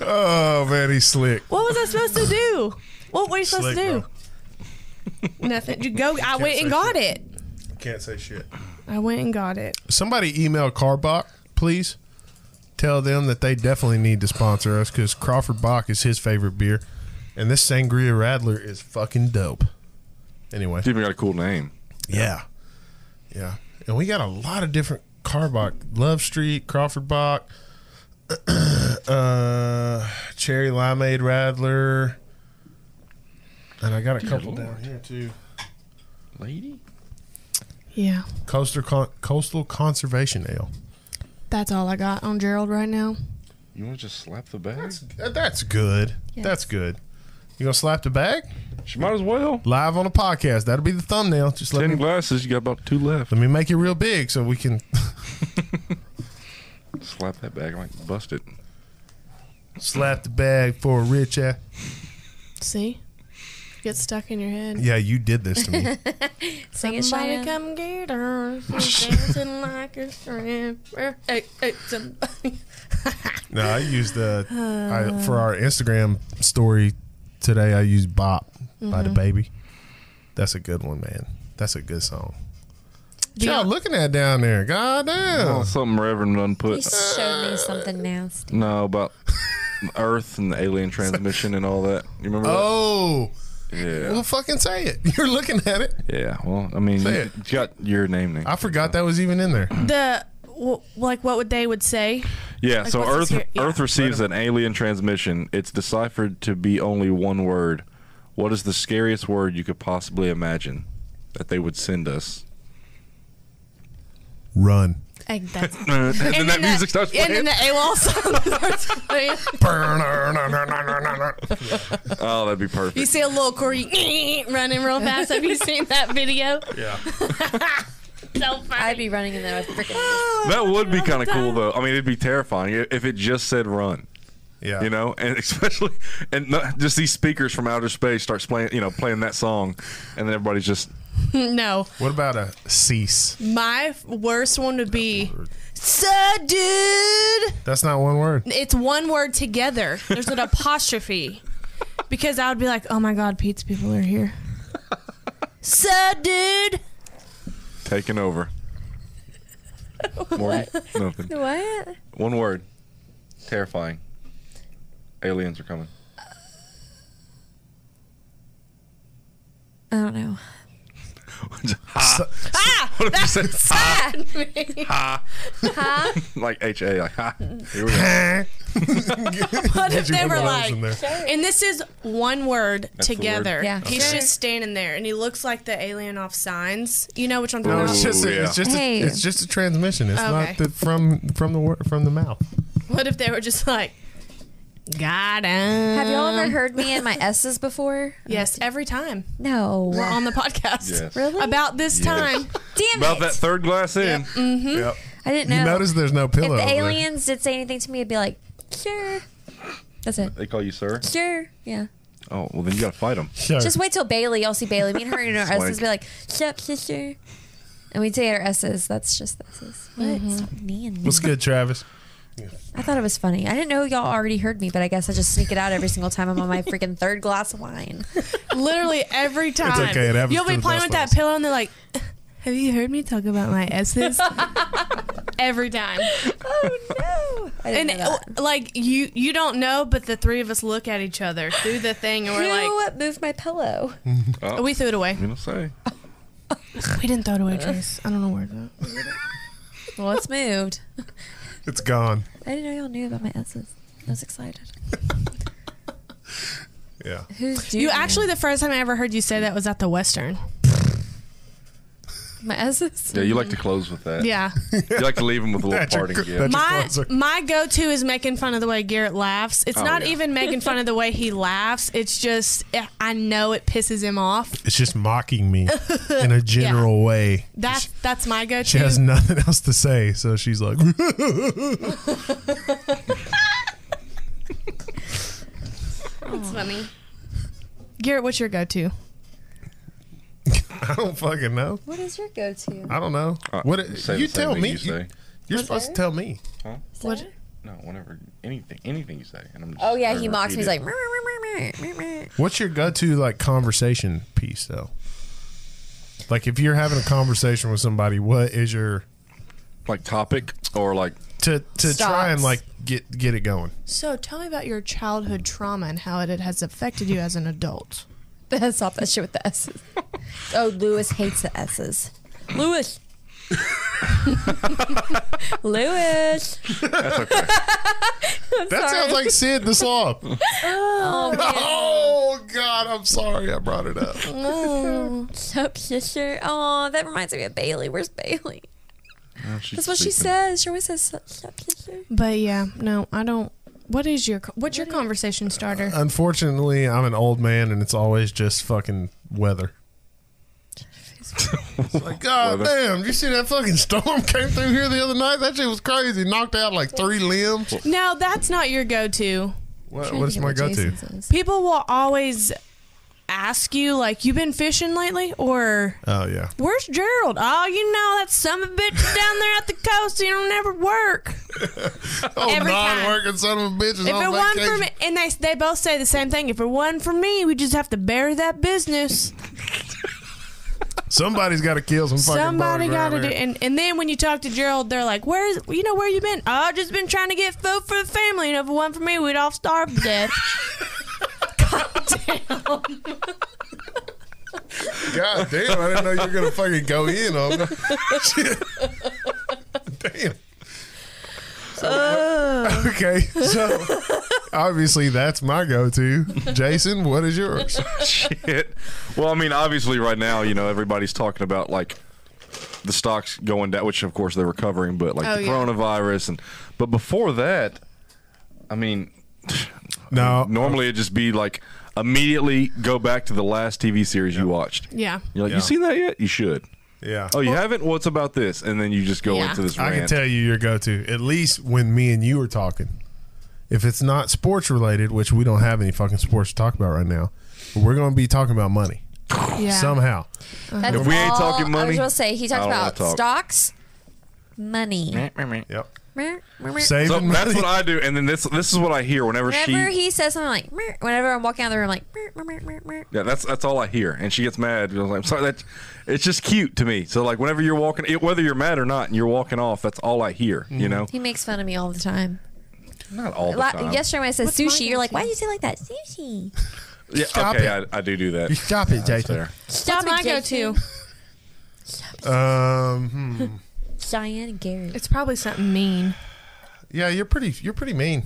A: Oh man, he's slick.
B: What was I supposed to do? What were you supposed
A: Slick,
B: to do? Nothing. You go. I went
A: say
B: and got it.
A: bro. Can't say shit.
B: I went and got it.
A: Somebody email Carbach, please. Tell them that they definitely need to sponsor us because Crawford Bach is his favorite beer, and this Sangria Radler is fucking dope. Anyway,
C: you even got a cool name.
A: yeah, yeah, and we got a lot of different Carbach, Love Street, Crawford Bach, uh, Cherry Limeade Radler, and I got a couple down here too.
C: Lady?
B: Yeah.
A: Coastal Con- Coastal Conservation Ale.
B: That's all I got on Gerald right now.
C: You want to just slap the bag?
A: That's good. That's good. You gonna slap the bag
C: She might as well.
A: live on a podcast? That'll be the thumbnail. Just let
C: Ten
A: me
C: glasses. You got about two left.
A: let me make it real big so we can
C: Slap that bag. I might bust it.
A: slap the bag for a rich ass.
B: See? Get stuck in your head.
A: Yeah, you did this to me.
D: Sing it,
B: Somebody
D: Cheyenne.
B: come get her. She's dancing like a stripper. Hey, hey, somebody.
A: no, I used the I, for our Instagram story today. I used "Bop" by
B: Mm-hmm.
A: the Baby. That's a good one, man. That's a good song. What y'all looking at down there? God damn.
C: Oh, something Reverend done
D: He
C: put.
D: showed me something nasty.
C: No, about Earth and the alien transmission and all that. You remember?
A: Oh,
C: that? Yeah.
A: well, fucking say it. You're looking at it.
C: Yeah. Well, I mean,
A: Say
C: you got your name name.
A: I forgot that was even in there.
B: The, w- like, what would they would say?
C: Yeah,
B: Like,
C: so
B: what's
C: Earth
B: this here? Yeah.
C: Earth receives an alien transmission. It's deciphered to be only one word. What is the scariest word you could possibly imagine that they would send us?
A: Run.
D: Egg, that's
C: and, then that
B: the-
C: music starts
B: and
C: playing.
B: then the AWOL song starts playing.
C: oh, that'd be
B: You
C: perfect.
B: see a little Corey running real fast. Have you seen that video?
A: Yeah.
B: So funny.
D: I'd be running in there with freaking.
C: That would be kind of cool though. I mean, it'd be terrifying i- if it just said run.
A: Yeah.
C: You know, and especially and not, just these speakers from outer space starts playing, you know, playing that song, and then everybody's just
B: No.
A: What about a cease?
B: My f- worst one would be, Sir, dude.
A: That's not one word.
B: It's one word together. There's an apostrophe. Because I would be like, oh my God, Pete's people are here. Sir, dude.
C: taking over. Morgan, nothing.
D: What?
C: One word. Terrifying. Aliens are coming.
D: I don't know.
C: ha.
B: Ah!
C: What if you said ah? ha?
B: Sad.
C: Like H A. Like ha. Here we go.
B: What if
A: You
B: they
A: put
B: were
A: those
B: like,
A: in there.
B: and this is one word
C: the
B: together.
C: word.
D: Yeah.
B: He's
D: Okay.
B: just standing there and he looks like the alien off signs. You know which I'm talking
A: No,
B: about?
A: it's just
C: Ooh,
A: a,
C: yeah.
A: it's just
D: Hey.
A: a, it's just a transmission. It's
B: Okay.
A: not the, from from the wor- from the mouth.
B: What if they were just like, got him?
D: Have y'all ever heard me and my S's before?
B: Yes, every time
D: No.
B: we're on the podcast.
C: Yes.
D: Really?
B: About this
C: Yes.
B: time.
D: Damn
C: About
D: it.
C: that third glass in.
A: Yep.
D: I didn't know.
A: You notice there's no
D: if
A: pillow.
D: the
A: over there.
D: aliens did say anything to me, I'd be like, sure. That's it.
C: They call you sir.
D: Sure. Yeah.
C: Oh well, then you gotta fight them.
A: Sure.
D: Just wait till Bailey. Y'all see Bailey. Me and her and our
C: Swank.
D: S's be like, sup, sister. And we say our S's. That's just the S's. What? Stop me and me.
A: What's good, Travis?
D: I thought it was funny. I didn't know y'all already heard me, but I guess I just sneak it out every single time I'm on my freaking third glass of wine.
B: Literally every time.
A: okay, it happens
B: You'll
A: to
B: be
A: the
B: playing
A: best
B: with
A: of
B: that
A: us.
B: pillow and they're like, have you heard me talk about my S's? every time.
D: Oh, no. I
B: And
D: didn't know that.
B: uh, like you you don't know, but the three of us look at each other through the thing and
D: Who
B: we're like
D: moved my pillow?
C: Oh,
B: we threw it away. Uh-huh.
C: You know say.
B: We didn't throw it away, Trace. I don't know where it went.
D: Well, it's moved.
A: It's gone.
D: I didn't know y'all knew about my S's. I was excited.
A: Yeah.
D: Who's doing
B: You actually the first time I ever heard you say that was at the Western.
D: my S's?
C: Yeah, you like to close with that.
B: Yeah.
C: You like to leave them with a little
A: That's your
C: parting
A: cr-
C: gift.
A: that's-
B: my
A: closer.
B: my go to is making fun of the way Garrett laughs. It's
C: Oh,
B: not
C: yeah.
B: even making fun of the way he laughs. It's just eh, I know it pisses him off.
A: It's just mocking me in a general way.
B: That's that's my go
A: She has
B: to.
A: nothing else to say, so she's like,
B: That's funny. Garrett, what's your go to?
A: I don't fucking know.
D: What is your go-to?
A: I don't know.
C: Uh,
A: what
C: say the
A: you
C: same
A: tell
C: thing
A: me?
C: you
A: You
C: say.
A: are supposed to tell me.
B: What?
C: No, whenever anything, anything you say, and I'm just
D: Oh yeah,
C: I
D: he mocks me. He's
C: repeat
D: like,
C: it.
D: "Meow, meow, meow, meow, meow, meow."
A: What's your go-to like conversation piece though? Like if you're having a conversation with somebody, what is your
C: like topic or like
A: to to try and
D: Stops.
A: like get get it going?
B: So tell me about your childhood trauma and how it has affected you as an adult.
D: stop that shit with the S's. oh, Lewis hates the S's. Lewis. Lewis.
A: That sounds like Sid the Slob.
D: Oh, man.
A: oh God, I'm sorry I brought it up.
D: Sup, sister? Oh, that reminds me of Bailey. Where's Bailey?
C: oh,
D: That's what she
C: said.
D: says. She always says, "Sup, sup, sister."
B: But yeah, no, I don't. What is your what's your conversation starter?
A: Unfortunately, I'm an old man, and it's always just fucking weather. It's like, God
C: Weather.
A: damn, you see that fucking storm came through here the other night? That shit was crazy. Knocked out like three limbs.
B: No, that's not your go-to.
A: What,
D: Trying
A: what's
D: to
A: my
D: get
A: go
D: what
A: to?
D: Jason says.
B: People will always ask you like, "You been fishing lately?" or
A: Oh, yeah.
B: "Where's Gerald?" Oh, you know that son of a bitch down there at the coast. You don't ever work.
A: Oh,
B: Every time.
A: non working son of a bitch is
B: If
A: on
B: it wasn't for
A: vacation.
B: me, and they they both say the same thing. If it wasn't for me, we just have to bury that business.
A: Somebody's got to kill some fucking
B: Somebody
A: bugs
B: got
A: around
B: to do.
A: here.
B: And, and then when you talk to Gerald, they're like, "Where's you know where you been? Oh, I've just been trying to get food for the family. You know, if it wasn't for me, we'd all starve to death."
A: God damn, I didn't know you were going to fucking go in on me. Shit. damn.
B: Ugh.
A: Okay, so obviously that's my go-to. Jason, what is yours?
C: Shit. Well, I mean, obviously, right now, you know, everybody's talking about like the stocks going down, which of course they're recovering, but like
B: Oh,
C: the
B: yeah.
C: coronavirus and. But before that, I mean,
A: No,
C: normally it'd just be like immediately go back to the last TV series you watched.
B: yeah.
C: You're like,
A: Yeah.
C: you seen that yet? You should.
A: yeah.
C: Oh, you haven't? Well, it's about this, and then you just go
B: Yeah.
C: into this
A: I
C: rant.
A: can tell you your go-to. At least when me and you are talking, if it's not sports related, which we don't have any fucking sports to talk about right now, but we're going to be talking about money
B: Yeah.
A: somehow.
D: That's
C: If we ain't
D: all
C: talking
D: I
C: money,
D: was gonna say he
C: I
D: talks
C: don't wanna
D: about
C: talk.
D: stocks, money.
A: Yep.
D: Mer- mer- mer-
A: Saving
C: So
A: money.
C: that's what I do, and then this this is what I hear whenever
D: Whenever
C: she.
D: he says something like, mer- whenever I'm walking out of the room, like, mer- mer- mer- mer- mer.
C: Yeah, that's that's all I hear, and she gets mad. because I'm sorry that it's just cute to me. So like whenever you're walking, it, whether you're mad or not, and you're walking off, that's all I hear. You know,
D: he makes fun of me all the time.
C: not all the
D: La-
C: time.
D: yesterday when I said
B: What's
D: sushi,
B: mine
D: you're like,
B: gonna be?
D: why do you say it like that? Sushi.
C: yeah,
A: Stop
C: okay,
A: it.
C: I, I do do that.
A: You stop it,
C: That's
A: Jason.
C: fair.
B: That's
D: Stop
B: my
D: it, Jason.
B: go-to.
A: Um, hmm.
D: Diane and Gary.
B: It's probably something mean.
A: yeah, you're pretty. You're pretty mean.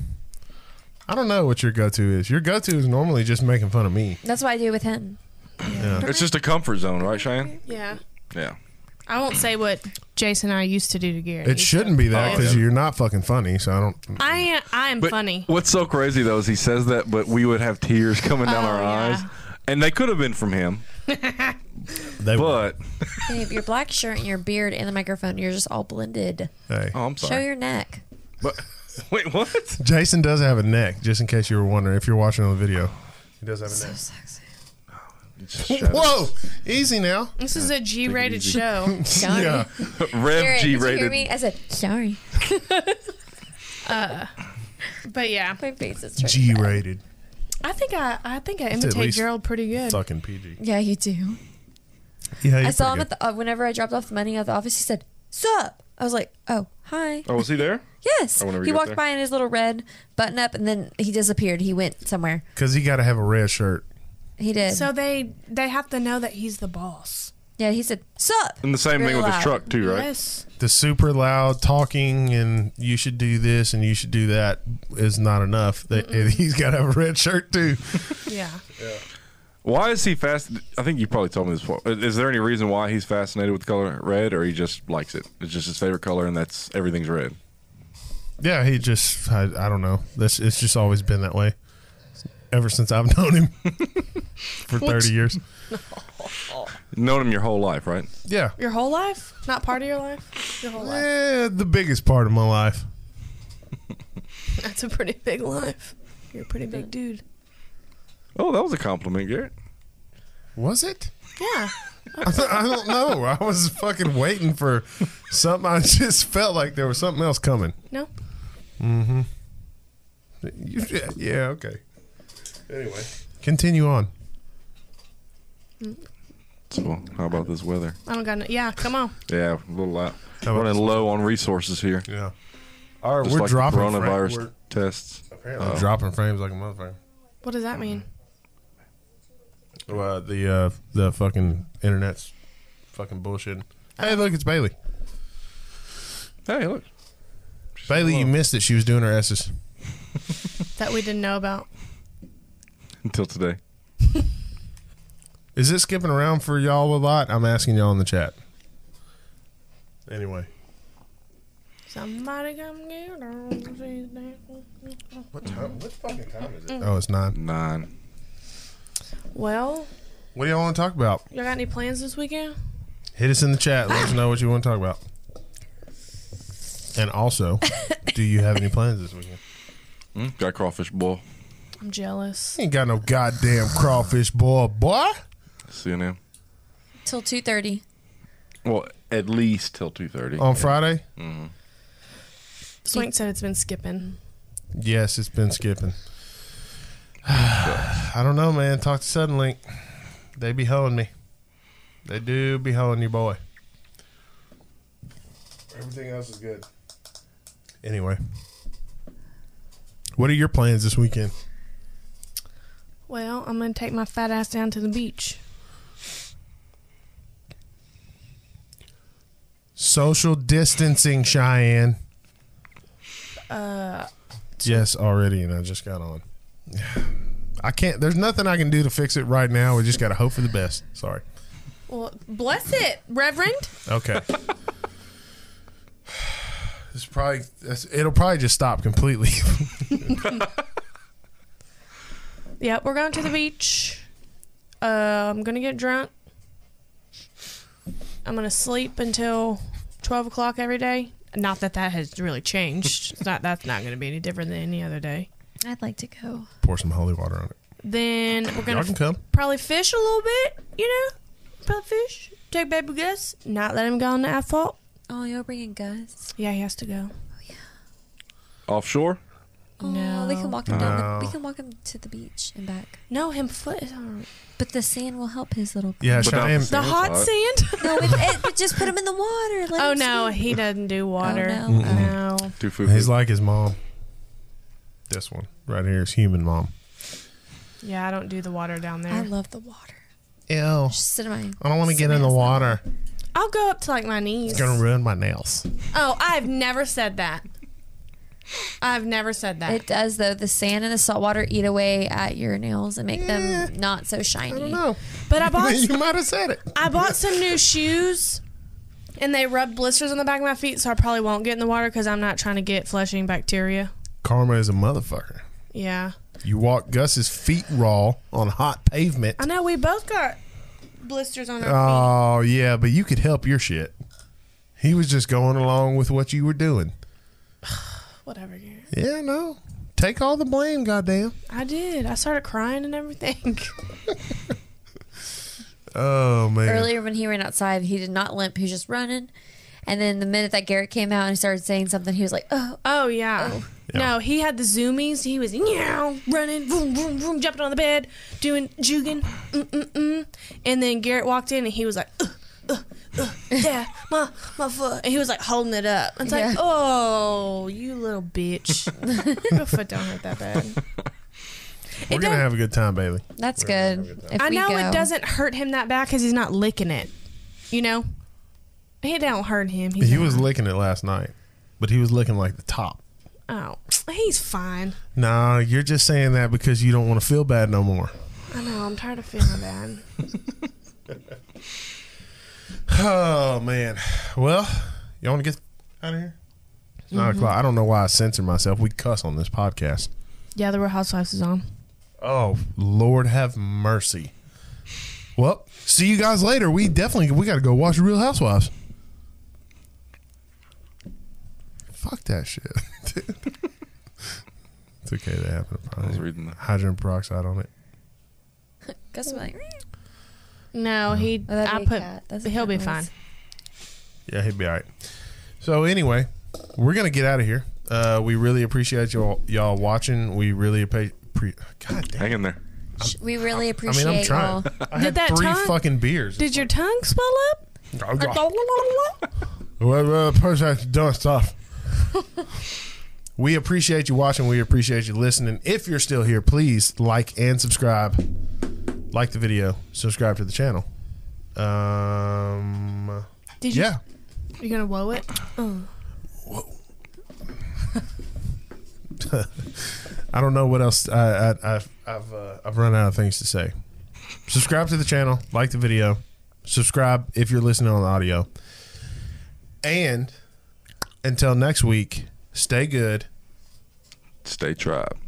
A: I don't know what your go-to is. Your go-to is normally just making fun of me.
D: That's what I do with him.
C: It's just a comfort zone, right, Cheyenne?
B: Yeah.
C: Yeah.
B: I won't say what Jason and I used to do to Gary.
A: It shouldn't be that
C: Oh,
A: because
C: yeah.
A: you're not fucking funny. So I don't.
B: I am. I am
C: But
B: funny.
C: What's so crazy though is he says that, but we would have tears coming down
B: Oh,
C: our
B: yeah.
C: eyes, and they could have been from him,
A: They were.
C: but
D: Babe, your black shirt and your beard and the microphone, you're just all blended.
A: Hey.
C: oh, I'm
D: Show
C: sorry.
D: your neck.
C: But wait, what?
A: Jason does have a neck, just in case you were wondering. If you're watching on the video, he does have a neck.
D: sexy.
A: Whoa, easy now.
B: This is a G-rated
C: easy.
B: show.
D: Sorry.
A: Yeah,
C: Rev G rated.
D: me? I said, sorry.
B: But yeah,
D: My face is turned red.
A: G-rated,
B: I think I. I think I
A: at
B: imitate
A: least
B: Gerald pretty good.
A: fucking PG.
D: Yeah, you do.
A: Yeah,
D: I saw him at the, uh, whenever I dropped off the money at the office. He said, sup. I was like, oh, hi.
C: Oh, was he there?
D: Yes.
C: I wonder if
D: He
C: he got
D: walked
C: there.
D: by in his little red button up and then he disappeared. He went somewhere.
A: because he got to have a red shirt.
D: He did.
B: So they they have to know that he's the boss.
D: yeah, he said, sup.
C: And the same
D: Real
C: thing with
D: loud.
C: his truck too, right?
B: Yes.
A: The super loud talking and you should do this and you should do that is not enough. That he's got to have a red shirt too.
B: Yeah.
C: Why is he fast? I think you probably told me this before. Is there any reason why he's fascinated with the color red, or he just likes it? It's just his favorite color, and that's everything's red.
A: Yeah, he just I, I don't know. This it's just always been that way ever since I've known him for thirty years.
C: Known him your whole life, right?
A: Yeah,
B: Your whole life, not part of your life. Your whole life.
A: Eh, the biggest part of my life.
B: That's a pretty big life. You're a pretty big dude.
C: Oh, that was a compliment, Garrett.
A: Was it?
B: Yeah.
A: I don't know. I was fucking waiting for something. I just felt like there was something else coming.
B: No.
A: You- Yeah, okay. Anyway, continue on.
C: So, how about this weather?
B: I don't got no. Yeah. Come on.
C: Yeah, a little out.
A: about
C: Running low on resources here.
A: Yeah. All right,
C: Just
A: we're
C: like the
A: dropping
C: coronavirus
A: frames.
C: tests.
A: Apparently, dropping frames like a motherfucker.
B: What does that mean?
A: Well, the uh, the fucking internet's fucking bullshit. Hey, look, it's Bailey.
C: Hey, look.
A: Bailey, you missed it. She was doing her S's.
B: That we didn't know about.
C: Until today.
A: Is it skipping around for y'all a lot? I'm asking y'all in the chat. Anyway,
B: Somebody come get her. She's dancing.
A: what time? What fucking time is it? Oh, it's nine.
C: Nine.
B: Well,
A: What do y'all want to talk about?
B: y'all got any plans this weekend?
A: Hit us in the chat. Let us know what you want to talk about. And also, do you have any plans this weekend?
C: Mm, got a crawfish boil.
B: I'm jealous.
A: Ain't got no goddamn crawfish boil, boy.
C: See you now.
D: till two thirty.
C: Well, at least till two thirty
A: On Friday?
B: Swank said it's been skipping.
A: Yes, it's been skipping. I don't know, man. Talk to Suddenlink. They be hoeing me. They do be hoeing you, boy. Everything else is good. Anyway, what are your plans this weekend?
B: Well, I'm gonna take my fat ass down to the beach.
A: Social distancing, Cheyenne.
B: Uh,
A: Yes, already, and I just got on. I can't. There's nothing I can do to fix it right now. We just got to hope for the best. Sorry.
B: well, bless it, Reverend.
A: Okay. it's probably that's, it'll probably just stop completely.
B: Yep, we're going to the beach. Uh, I'm gonna get drunk. I'm gonna sleep until twelve o'clock every day. Not that that has really changed. It's not that's not gonna be any different than any other day.
D: I'd like to go.
A: Pour some holy water on it.
B: Then we're
A: Y'all
B: gonna
A: can come.
B: probably fish a little bit. You know, probably fish. Take baby Gus. Not let him go on the asphalt.
D: Oh, you're bringing Gus.
B: Yeah, he has to go.
C: offshore.
D: Oh,
B: No.
D: we can walk him down. The,
A: No.
D: we can walk him to the beach and back.
B: No, him foot is on.
D: But the sand will help his little.
A: Yeah,
C: But not
A: Cheyenne.
C: the
B: The
C: Sand's
B: hot
C: hot.
B: sand.
D: No, it, it, but just put him in the water. Let
B: oh
D: him
B: no,
D: swim.
B: he doesn't do water.
D: Oh, no.
B: no.
C: Do food.
A: He's like his mom. This one right here is human mom.
B: Yeah, I don't do the water down there.
D: I love the water.
A: Ew.
D: Just sit in my.
A: I don't want to get in the water.
B: I'll go up to like my knees.
A: It's gonna ruin my nails.
B: Oh, I've never said that. I've never said that.
D: It does though. The sand and the salt water eat away at your nails and make them not so shiny.
A: I don't know.
B: but I bought
A: you might have said it.
B: I bought some new shoes, and they rubbed blisters on the back of my feet, so I probably won't get in the water because I'm not trying to get flushing bacteria.
A: Karma is a motherfucker.
B: Yeah,
A: You walk Gus's feet raw on hot pavement.
B: I know we both got blisters on our
A: Oh yeah, but you could help your shit. He was just going along with what you were doing.
B: feet. Whatever. Garrett.
A: Yeah, no. Take all the blame, goddamn.
B: I did. I started crying and everything.
A: Oh man.
D: Earlier when he ran outside, he did not limp. He was just running. And then the minute that Garrett came out and started saying something, he was like, "Oh,
B: Oh yeah.
A: Yeah.
B: No, he had the zoomies. He was meow, running, vroom, vroom, vroom, jumping on the bed, doing jugging, mm, mm, mm. And then Garrett walked in and he was like, uh, uh, uh, yeah, my my foot. And he was like holding it up. It's
D: Yeah.
B: like, oh, you little bitch. Your foot don't hurt that bad.
A: We're
B: it
A: gonna
B: don't-
A: have a good time, Bailey.
D: that's good." If
B: I
D: we
B: know
D: go.
B: it doesn't hurt him that bad because he's not licking it. You know, it don't hurt him. He's
A: He was
B: not-
A: licking it last night, but he was licking like the top.
B: oh, he's fine.
A: Nah, you're just saying that because you don't want to feel bad no more.
B: I know. I'm tired of feeling bad.
A: Oh man. Well, y'all want to get out of here? It's 9 o'clock. I don't know why I censor myself. We cuss on this podcast.
B: Yeah, the Real Housewives is on.
A: Oh Lord, have mercy. Well, see you guys later. We definitely we got to go watch Real Housewives. Fuck that shit. it's okay. That happened.
C: I was
A: Probably.
C: reading that.
A: Hydrogen peroxide on it.
D: Gus was like,
B: No, he.
D: Oh, that'd
B: I
D: be a
B: put.
D: cat. That's a
B: He'll
D: cat
B: be
D: noise.
B: fine.
A: Yeah, he'd be all right. So anyway, we're gonna get out of here. Uh, we really appreciate y'all y'all watching. We really appreciate. Pre- God damn.
C: Hang in there.
D: Sh- "We really
A: I
D: appreciate
A: mean, I'm trying.
D: y'all."
A: I had
B: that
A: three
B: tongue-
A: fucking beers.
B: Did your tongue swell up?
A: Well, well, push that dumb stuff. we appreciate you watching. We appreciate you listening. If you're still here, please like and subscribe. Like the video, subscribe to the channel. Um,
B: Did you?
A: yeah,
B: You gonna blow it?
A: I don't know what else. I, I, I've I've uh, I've run out of things to say. subscribe to the channel, like the video, subscribe if you're listening on the audio. And until next week, stay good.
C: Stay tribe.